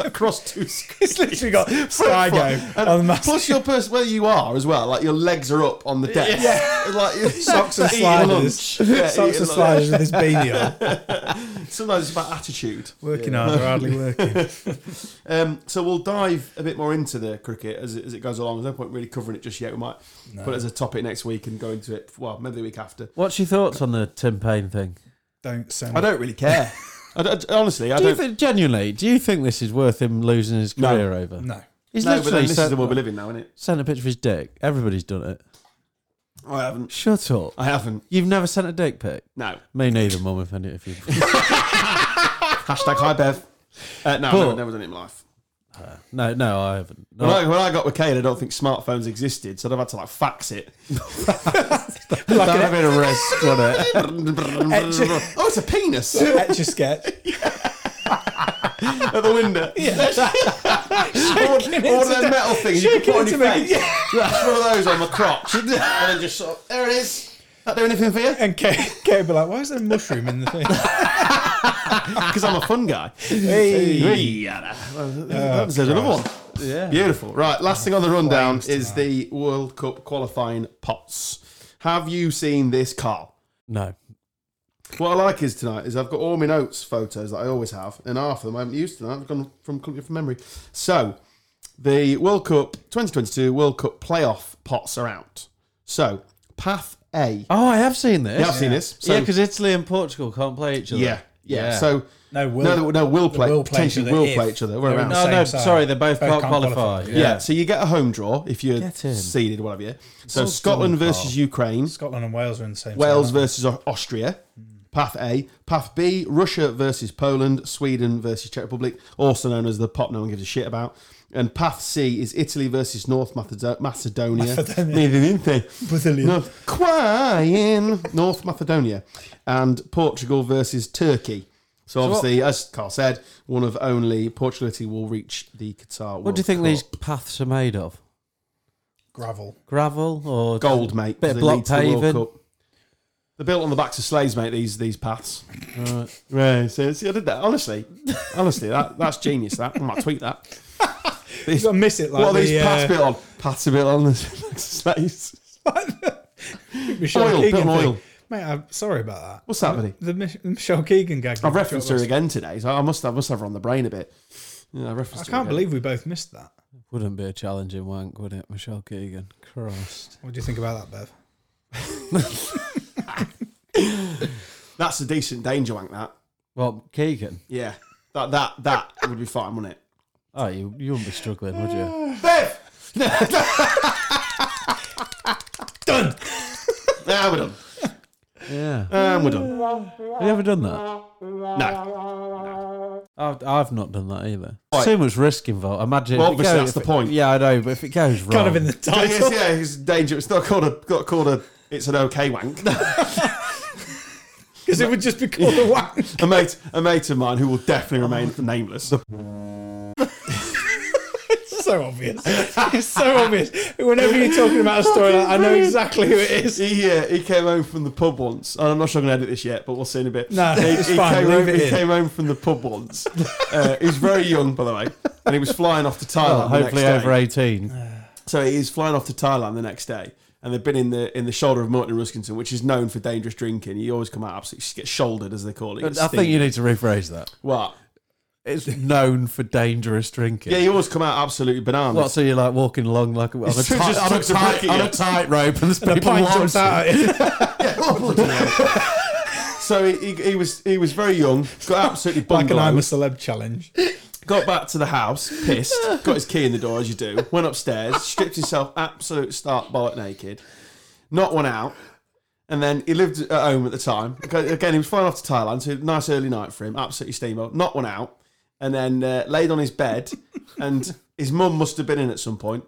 S1: across two screens.
S5: It's literally got Skygo
S1: And
S5: on the massive
S1: plus your person where you are as well, like your legs are up on the desk. Yeah. like
S5: socks and sliders,
S1: Yeah,
S5: socks
S1: eating
S5: and
S1: lunch.
S5: sliders with his beanie on.
S1: Sometimes it's about attitude.
S5: Working hard, or hardly working.
S1: Um, so we'll dive a bit more into the cricket as it, as it goes along. There's no point really covering it just yet. We might
S5: No,
S1: put it as a topic next week and go into it. Well, maybe the week after.
S2: What's your thoughts on the Tim Payne thing?
S5: don't send.
S1: I don't really care. I don't- honestly, I
S2: do you
S1: don't.
S2: think, genuinely, do you think this is worth him losing his
S1: No.
S2: career over?
S5: No,
S2: He's
S1: no, but then
S2: literally
S1: this is
S2: sent,
S1: the world we live in now, isn't it?
S2: sent a picture of his dick. Everybody's done it.
S1: I haven't.
S2: Shut up.
S1: I haven't.
S2: You've never sent a dick pic?
S1: No.
S2: Me neither, mum, if any if you
S1: Hashtag hi Bev. Uh, no, I've
S2: But-
S1: never, never done it in my life.
S2: No, no, I haven't. No,
S1: When, I, when I got with Kane, I don't think smartphones existed, so I'd have had to like fax it.
S2: like a bit of rest on it.
S1: oh, it's a penis
S5: etch a sketch.
S1: at the window. Yeah. or, one of those metal things you can
S5: shaking
S1: put on
S5: it
S1: your
S5: to make
S1: face. Just one of those on my crotch, and then just sort of there it is. Not do anything for you
S5: And Kate, Kate would be like, "Why is there a mushroom in the thing?"
S1: because I'm a fun guy.
S5: Hey.
S1: Yeah. Oh, There's another one.
S2: Yeah.
S1: Beautiful. Right, last thing on the rundown is the World Cup qualifying pots. Have you seen this, Carl?
S2: No.
S1: What I like is tonight is I've got all my notes photos that I always have, and half of them I haven't used tonight. I've gone from from memory. So the World Cup 2022 World Cup playoff pots are out. So path A.
S2: Oh, I have seen this.
S1: Yeah, I've seen this. So,
S2: yeah, because Italy and Portugal can't play each other.
S1: yeah, yeah, So
S5: No, will.
S1: no, no, we'll play.
S5: will play each
S1: potentially,
S5: other
S1: we'll
S5: if
S1: play each other. We're
S5: they're in
S1: around.
S5: the
S2: No, no,
S5: Same side.
S2: sorry, they both,
S5: Both
S2: can't,
S5: can't
S2: qualify.
S5: qualify.
S1: Yeah. so you get a home draw if you're
S2: Get in.
S1: seeded, whatever. Yeah. So
S2: So
S1: Scotland
S2: dumb,
S1: versus
S2: Carl.
S1: Ukraine,
S5: Scotland and Wales are in the same.
S1: Wales
S5: side, aren't
S1: versus Au- Austria, Path A, Path B, Russia versus Poland, Sweden versus Czech Republic, also known as the pot no one gives a shit about. And Path C is Italy versus North Macedo- Macedonia. Macedonia.
S5: they? Brazilian.
S1: North, crying North Macedonia and Portugal versus Turkey. So obviously, as Carl said, one of only Portugal Italy will reach the Qatar.
S2: What do you think these paths are made of?
S5: Gravel.
S2: Gravel or
S1: gold, mate?
S2: Bit
S1: 'cause
S2: of
S1: they
S2: block
S1: lead to the World
S2: paving.
S1: Cup. They're built on the backs of slaves, mate. These these paths.
S2: Right.
S1: Right. So see, I did that. Honestly, honestly, that that's genius. That I might tweet that.
S5: You gotta miss it like
S1: what are
S5: the,
S1: these paths
S5: uh,
S1: built on? Paths are built on the slaves.
S5: Michelle
S1: Oil, bit
S5: Keegan
S1: of
S5: thing.
S1: oil.
S5: Mate, I'm sorry about that.
S1: What's that, buddy?
S5: The Mich- Michelle Keegan gag.
S1: I've referenced her again today, so I must have must have her on the brain a bit. Yeah, I referenced. her
S5: I
S1: again.
S5: can't believe we both missed that.
S2: Wouldn't be a challenging wank, would it, Michelle Keegan? Christ.
S5: What do you think about that, Bev?
S1: That's a decent danger wank. That
S2: Well, Keegan.
S1: yeah, that that that would be fine, wouldn't it?
S2: Oh, you you wouldn't be struggling, would you?
S1: Bev, done. Now we're done.
S2: Yeah.
S1: And we're done.
S2: Have you ever done that?
S1: No,
S2: I've, I've not done that either.
S1: Right.
S2: Too much risk involved. Imagine. if
S1: Well,
S2: it
S1: obviously,
S2: goes-
S1: that's
S2: if
S1: the
S2: it-
S1: point.
S2: Yeah, I know, but if it goes wrong,
S5: Kind of in the
S1: But it's,
S5: title.
S1: Oh. yeah, it's danger. It's not called a not called a. It's an okay wank.
S5: Because it would just be called a whack.
S1: a mate, a mate of mine who will definitely
S5: Oh
S1: remain nameless.
S5: so obvious. It's so obvious. Whenever you're talking about a story, like, I know exactly who it is.
S1: He, uh, he came home from the pub once, and I'm not sure I'm going to edit this yet, but we'll see in a bit.
S5: No,
S1: he,
S5: it's
S1: he
S5: fine,
S1: Came
S5: leave
S1: home,
S5: it
S1: he
S5: in.
S1: came home from the pub once. Uh, he's very young, by the way, and he was flying off to
S5: Oh,
S2: Well,
S1: Thailand. the
S2: hopefully
S1: next day.
S2: over 18.
S1: So he's flying off to Thailand the next day, and they've been in the in the shoulder of Morton and Ruskinson, which is known for dangerous drinking. You always come out absolutely get shouldered, as they call it.
S2: I
S1: It's
S2: think
S1: stingy.
S2: you need to rephrase that.
S1: what?
S2: It's known for dangerous drinking.
S1: Yeah, you always come out absolutely bananas.
S2: What, so you're like walking along like on a,
S1: It's
S2: ti-
S1: just
S2: on a,
S1: looks a
S2: tight-
S1: brick at
S2: on
S1: you.
S2: a tightrope and there's
S5: The
S2: people
S5: pint jumps
S2: watching.
S5: out at you.
S1: So he, he, he was he was very young, got absolutely
S5: Like an
S1: bungalow.
S5: I'm a celeb challenge.
S1: Got back to the house, pissed, got his key in the door as you do, went upstairs, stripped himself absolute stark bollock naked, not one out, and then he lived at home at the time. Again, he was flying off to Thailand, so nice early night for him, absolutely steamboat, not one out, and then uh, laid on his bed, and his mum must have been in at some point.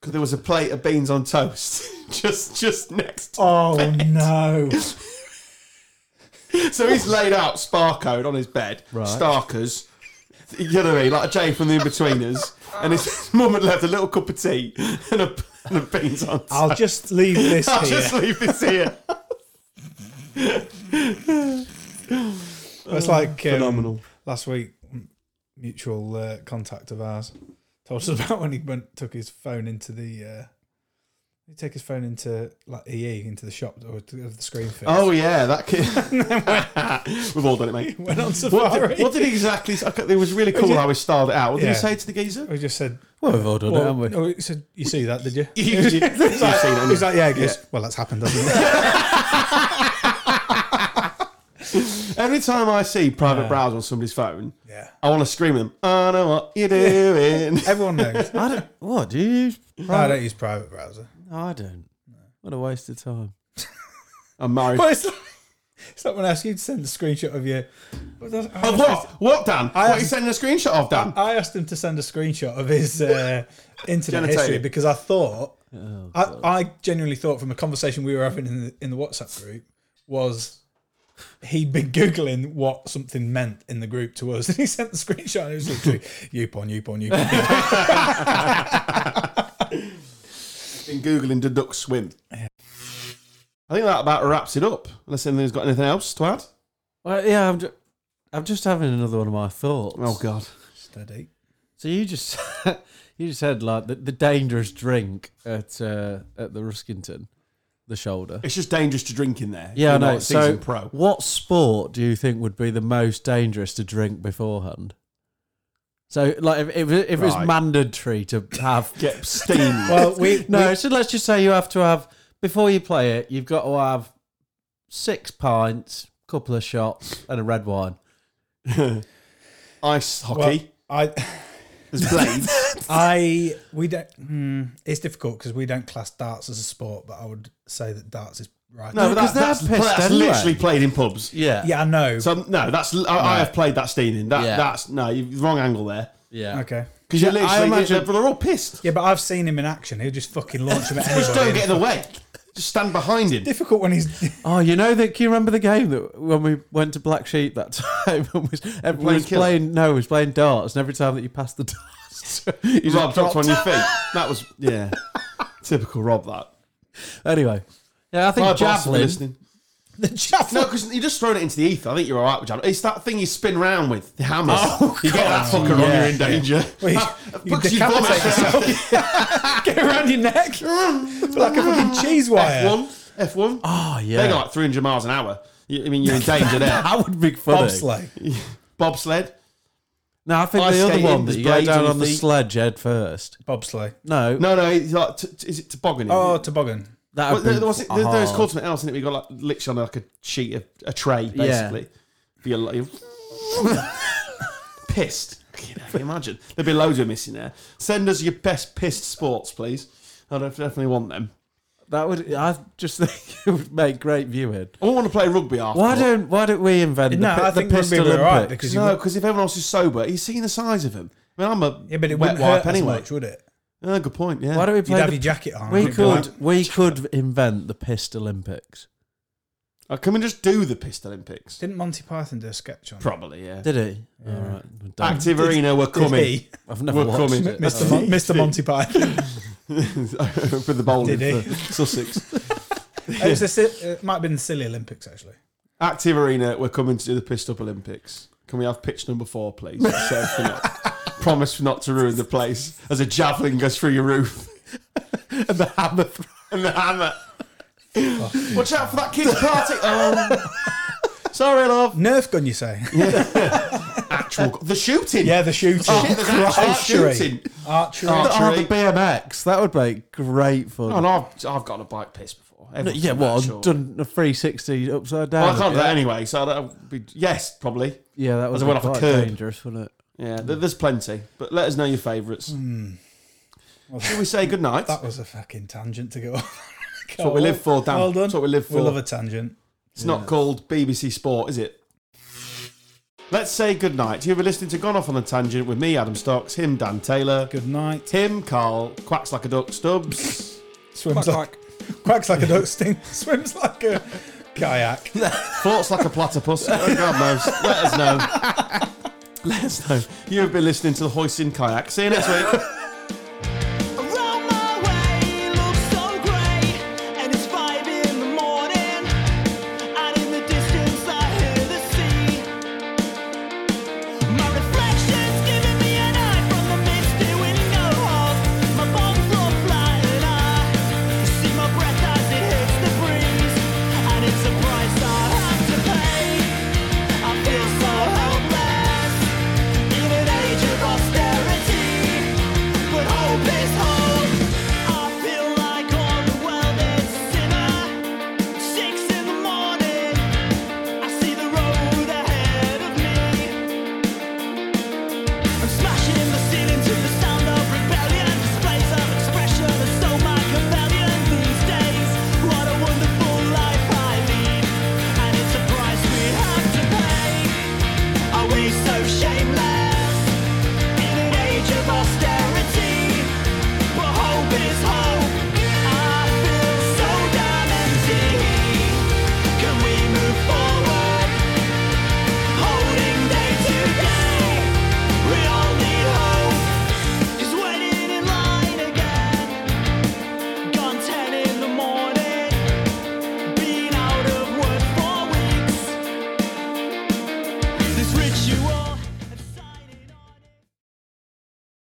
S1: Because there was a plate of beans on toast just just next to
S5: Oh no.
S1: So he's laid out star code on his bed, Starkers. You know what I mean, like a Jay from the Inbetweeners, and his mum had left a little cup of tea and a, and a beans on. toast.
S5: I'll just leave this
S1: I'll
S5: here.
S1: just leave this here.
S5: It's like um,
S1: Phenomenal.
S5: Last week, m- mutual uh, contact of ours told us about when he went took his phone into the uh, He take his phone into like EE into the shop or to, of the screen fix.
S1: Oh yeah, that kid. We've all done it, mate.
S5: went on
S1: What
S5: safari.
S1: did, what did he exactly? I can't- It was really cool how he styled it out. What did he
S5: Yeah.
S1: say to the geezer?
S5: I just said,
S2: Well, we've all done it,
S5: well,
S2: haven't we?
S5: no, he said, you see that, did you?
S1: You- you- you've seen it, haven't you?
S5: He's like, yeah, I guess. Well, that's happened, hasn't it?
S1: Every time I see private browse on somebody's phone,
S5: yeah.
S1: I want to scream at them. I know what you're doing.
S5: Everyone knows.
S2: I don't. What do you use?
S5: No, I don't use private browser.
S2: I don't. What a waste of time.
S1: I'm married.
S5: Well, it's like, it's like when I ask you to send a screenshot of your. What does- I
S1: Of
S5: asked-
S1: what? What, Dan?
S5: I-
S1: what are you sending a screenshot of, Dan?
S5: I asked him to send a screenshot of his uh, internet
S1: Genitalia.
S5: history because I thought, I, I genuinely thought from a conversation we were having in the, in the WhatsApp group was he'd been googling what something meant in the group to us, and he sent the screenshot. and It was literally upon, upon, upon.
S1: Been googling the duck swim. I think that about wraps it up. Unless anyone's got anything else to add.
S2: Well, yeah, I'm. Ju- I'm just having another one of my thoughts.
S1: Oh God.
S5: Steady.
S2: So you just you just had like the, the dangerous drink at uh, at the Ruskington, the shoulder.
S1: It's just dangerous to drink in there.
S2: Yeah, I
S1: You're
S2: know.
S1: not seasoned
S2: So,
S1: pro.
S2: what sport do you think would be the most dangerous to drink beforehand? So, like, if, if, it- if it's
S1: Right.
S2: mandatory to have,
S1: Get steamed.
S5: Well, we
S2: no. So let's just say you have to have before you play it, you've got to have six pints, couple of shots, and a red wine.
S1: Ice
S5: we-
S1: hockey.
S5: well, I,
S1: There's blades.
S5: I, we don't. Hmm, it's difficult because we don't class darts as a sport, but I would say that darts is right.
S1: no, but that,
S2: 'cause they're
S1: that's,
S2: pissed
S1: that's
S2: anyway.
S1: literally played in pubs.
S2: Yeah,
S5: yeah, I know.
S1: So no, that's I, I have played that steaming. That
S2: Yeah.
S1: that's no, you wrong angle there.
S2: yeah.
S5: okay.
S1: Because you're
S2: Yeah, I
S1: literally,
S2: imagine-
S1: they're, they're all pissed.
S5: Yeah, but I've seen him in action. He'll just fucking launch him at anybody.
S1: Just don't get in the way. Just stand behind him.
S5: difficult when he's
S2: Oh, you know that? Can you remember the game that when we went to Black Sheep that time? And was, everyone was
S1: killer.
S2: playing. No, we was playing darts, and every time that you passed the darts, you
S1: You
S2: just
S1: Rob dropped
S2: dropped.
S1: on your feet. That was yeah, typical Rob. That
S2: Anyway, yeah, I think
S1: My boss will be
S2: javelin.
S1: listening.
S5: the
S1: No,
S5: javelin.
S1: because you're just throwing it into the ether. I think you're all right with javelin. It's that thing you spin round with the hammers.
S2: Oh,
S1: you get that fucker on, you're in danger.
S5: Well, you- you
S1: Because you
S5: decapitate
S1: vomit.
S5: yourself. get around your neck like a fucking cheese wire.
S1: F1, F1.
S2: Oh yeah,
S1: They go like 300 miles an hour. You, I mean, you're in danger there.
S2: that would be funny.
S5: Bobsleigh.
S1: Bobsled.
S2: No, I think
S1: Ice
S2: the other
S1: skating,
S2: one
S1: there's
S2: that you go
S1: blades on
S2: down
S1: your
S2: on the
S1: feet.
S2: sledge head first.
S5: Bobsleigh.
S2: No,
S1: No, no, it's like, t- t- is it toboggan?
S5: Oh, toboggan.
S2: that
S1: Well,
S2: would be oh.
S1: there, there was, there, there was
S2: hard.
S1: called something else, and it we got like literally on like a sheet of a tray, basically. For your like, pissed. You know, can you imagine there'd be loads of missing there. Send us your best pissed sports, please. I don't definitely want them.
S2: That would. I just think it would make great viewing.
S1: I wouldn't want to play rugby after.
S2: Why don't Why don't we invent the,
S5: No,
S2: pi-
S5: I
S2: the
S5: think rugby
S2: pistol
S5: would be
S2: Olympics?
S5: all right because you
S1: No,
S5: would,
S1: because if everyone else is sober, he's seen the size of him. I mean, I'm a
S5: yeah, but it
S1: wet
S5: wouldn't
S1: wipe
S5: hurt
S1: anyway.
S5: as much, would it?
S1: Yeah, good point. Yeah.
S2: Why don't we
S5: You'd
S2: play
S5: have
S2: the
S5: your jacket on.
S2: We
S5: You'd be like,
S2: could we could invent the pissed Olympics.
S1: Uh, can we just do the pissed Olympics?
S5: Didn't Monty Python do a sketch on? it?
S1: Probably. Yeah.
S2: Did he? All right. I don't-
S1: Active arena, we're
S5: Did
S1: coming.
S5: he?
S2: I've never
S1: we're
S2: watched
S1: coming.
S2: it.
S5: Mr.
S2: Oh.
S5: Mon- Mr. Monty Python.
S1: for the bowling,
S5: Did he?
S1: for Sussex.
S5: it, was a, si- it might have been the silly Olympics actually.
S1: Active Arena, we're coming to do the Pissed Up Olympics. Can we have pitch number four, please? Set everything up. Promise not to ruin the place as a javelin goes through your roof. and the hammer. th- and the hammer. Watch out for that kid's party. Oh. Sorry, love.
S5: Nerf gun, you say?
S1: Actual. The shooting.
S5: Yeah, the shooting.
S1: Oh, Shit, there's actual
S5: Archery.
S1: shooting.
S5: Archery.
S2: Oh,
S1: Archery.
S2: the BMX. That would make great fun.
S1: Oh, no, I've, I've got on a bike piss before. Everyone's
S2: yeah, well,
S1: Oh, sure.
S2: I've done a 360 upside
S1: Well, I
S2: down.
S1: can't do that anyway, so that would be. Yes, probably.
S2: yeah, that was
S1: I went
S2: quite
S1: off a curb.
S2: dangerous, wasn't it?
S1: Yeah, th- there's plenty. But let us know your favourites.
S2: Hmm.
S1: Shall we say goodnight?
S5: That was a fucking tangent to go off. That's
S1: what we live for, Dan.
S5: Well done.
S1: That's what we live
S5: We
S1: for.
S5: love a tangent.
S1: It's not called BBC Sport, is it? Let's say goodnight. You've been listening to Gone Off on a Tangent with me, Adam Stocks, him, Dan Taylor,
S5: Good night.
S1: him, Carl, quacks like a duck, Stubbs,
S5: Swims like, quacks like a duck sting. Swims like a kayak.
S1: floats like a platypus. Oh, God knows. Let us know. Let us know. You have been listening to the Hoisin Kayak. See you next week.
S4: Around my way looks so grey, and it's five in the morning. Out in the distance, I hear the sea. My reflection's giving me an eye from the misty window. My bones look flying high. hope is hope.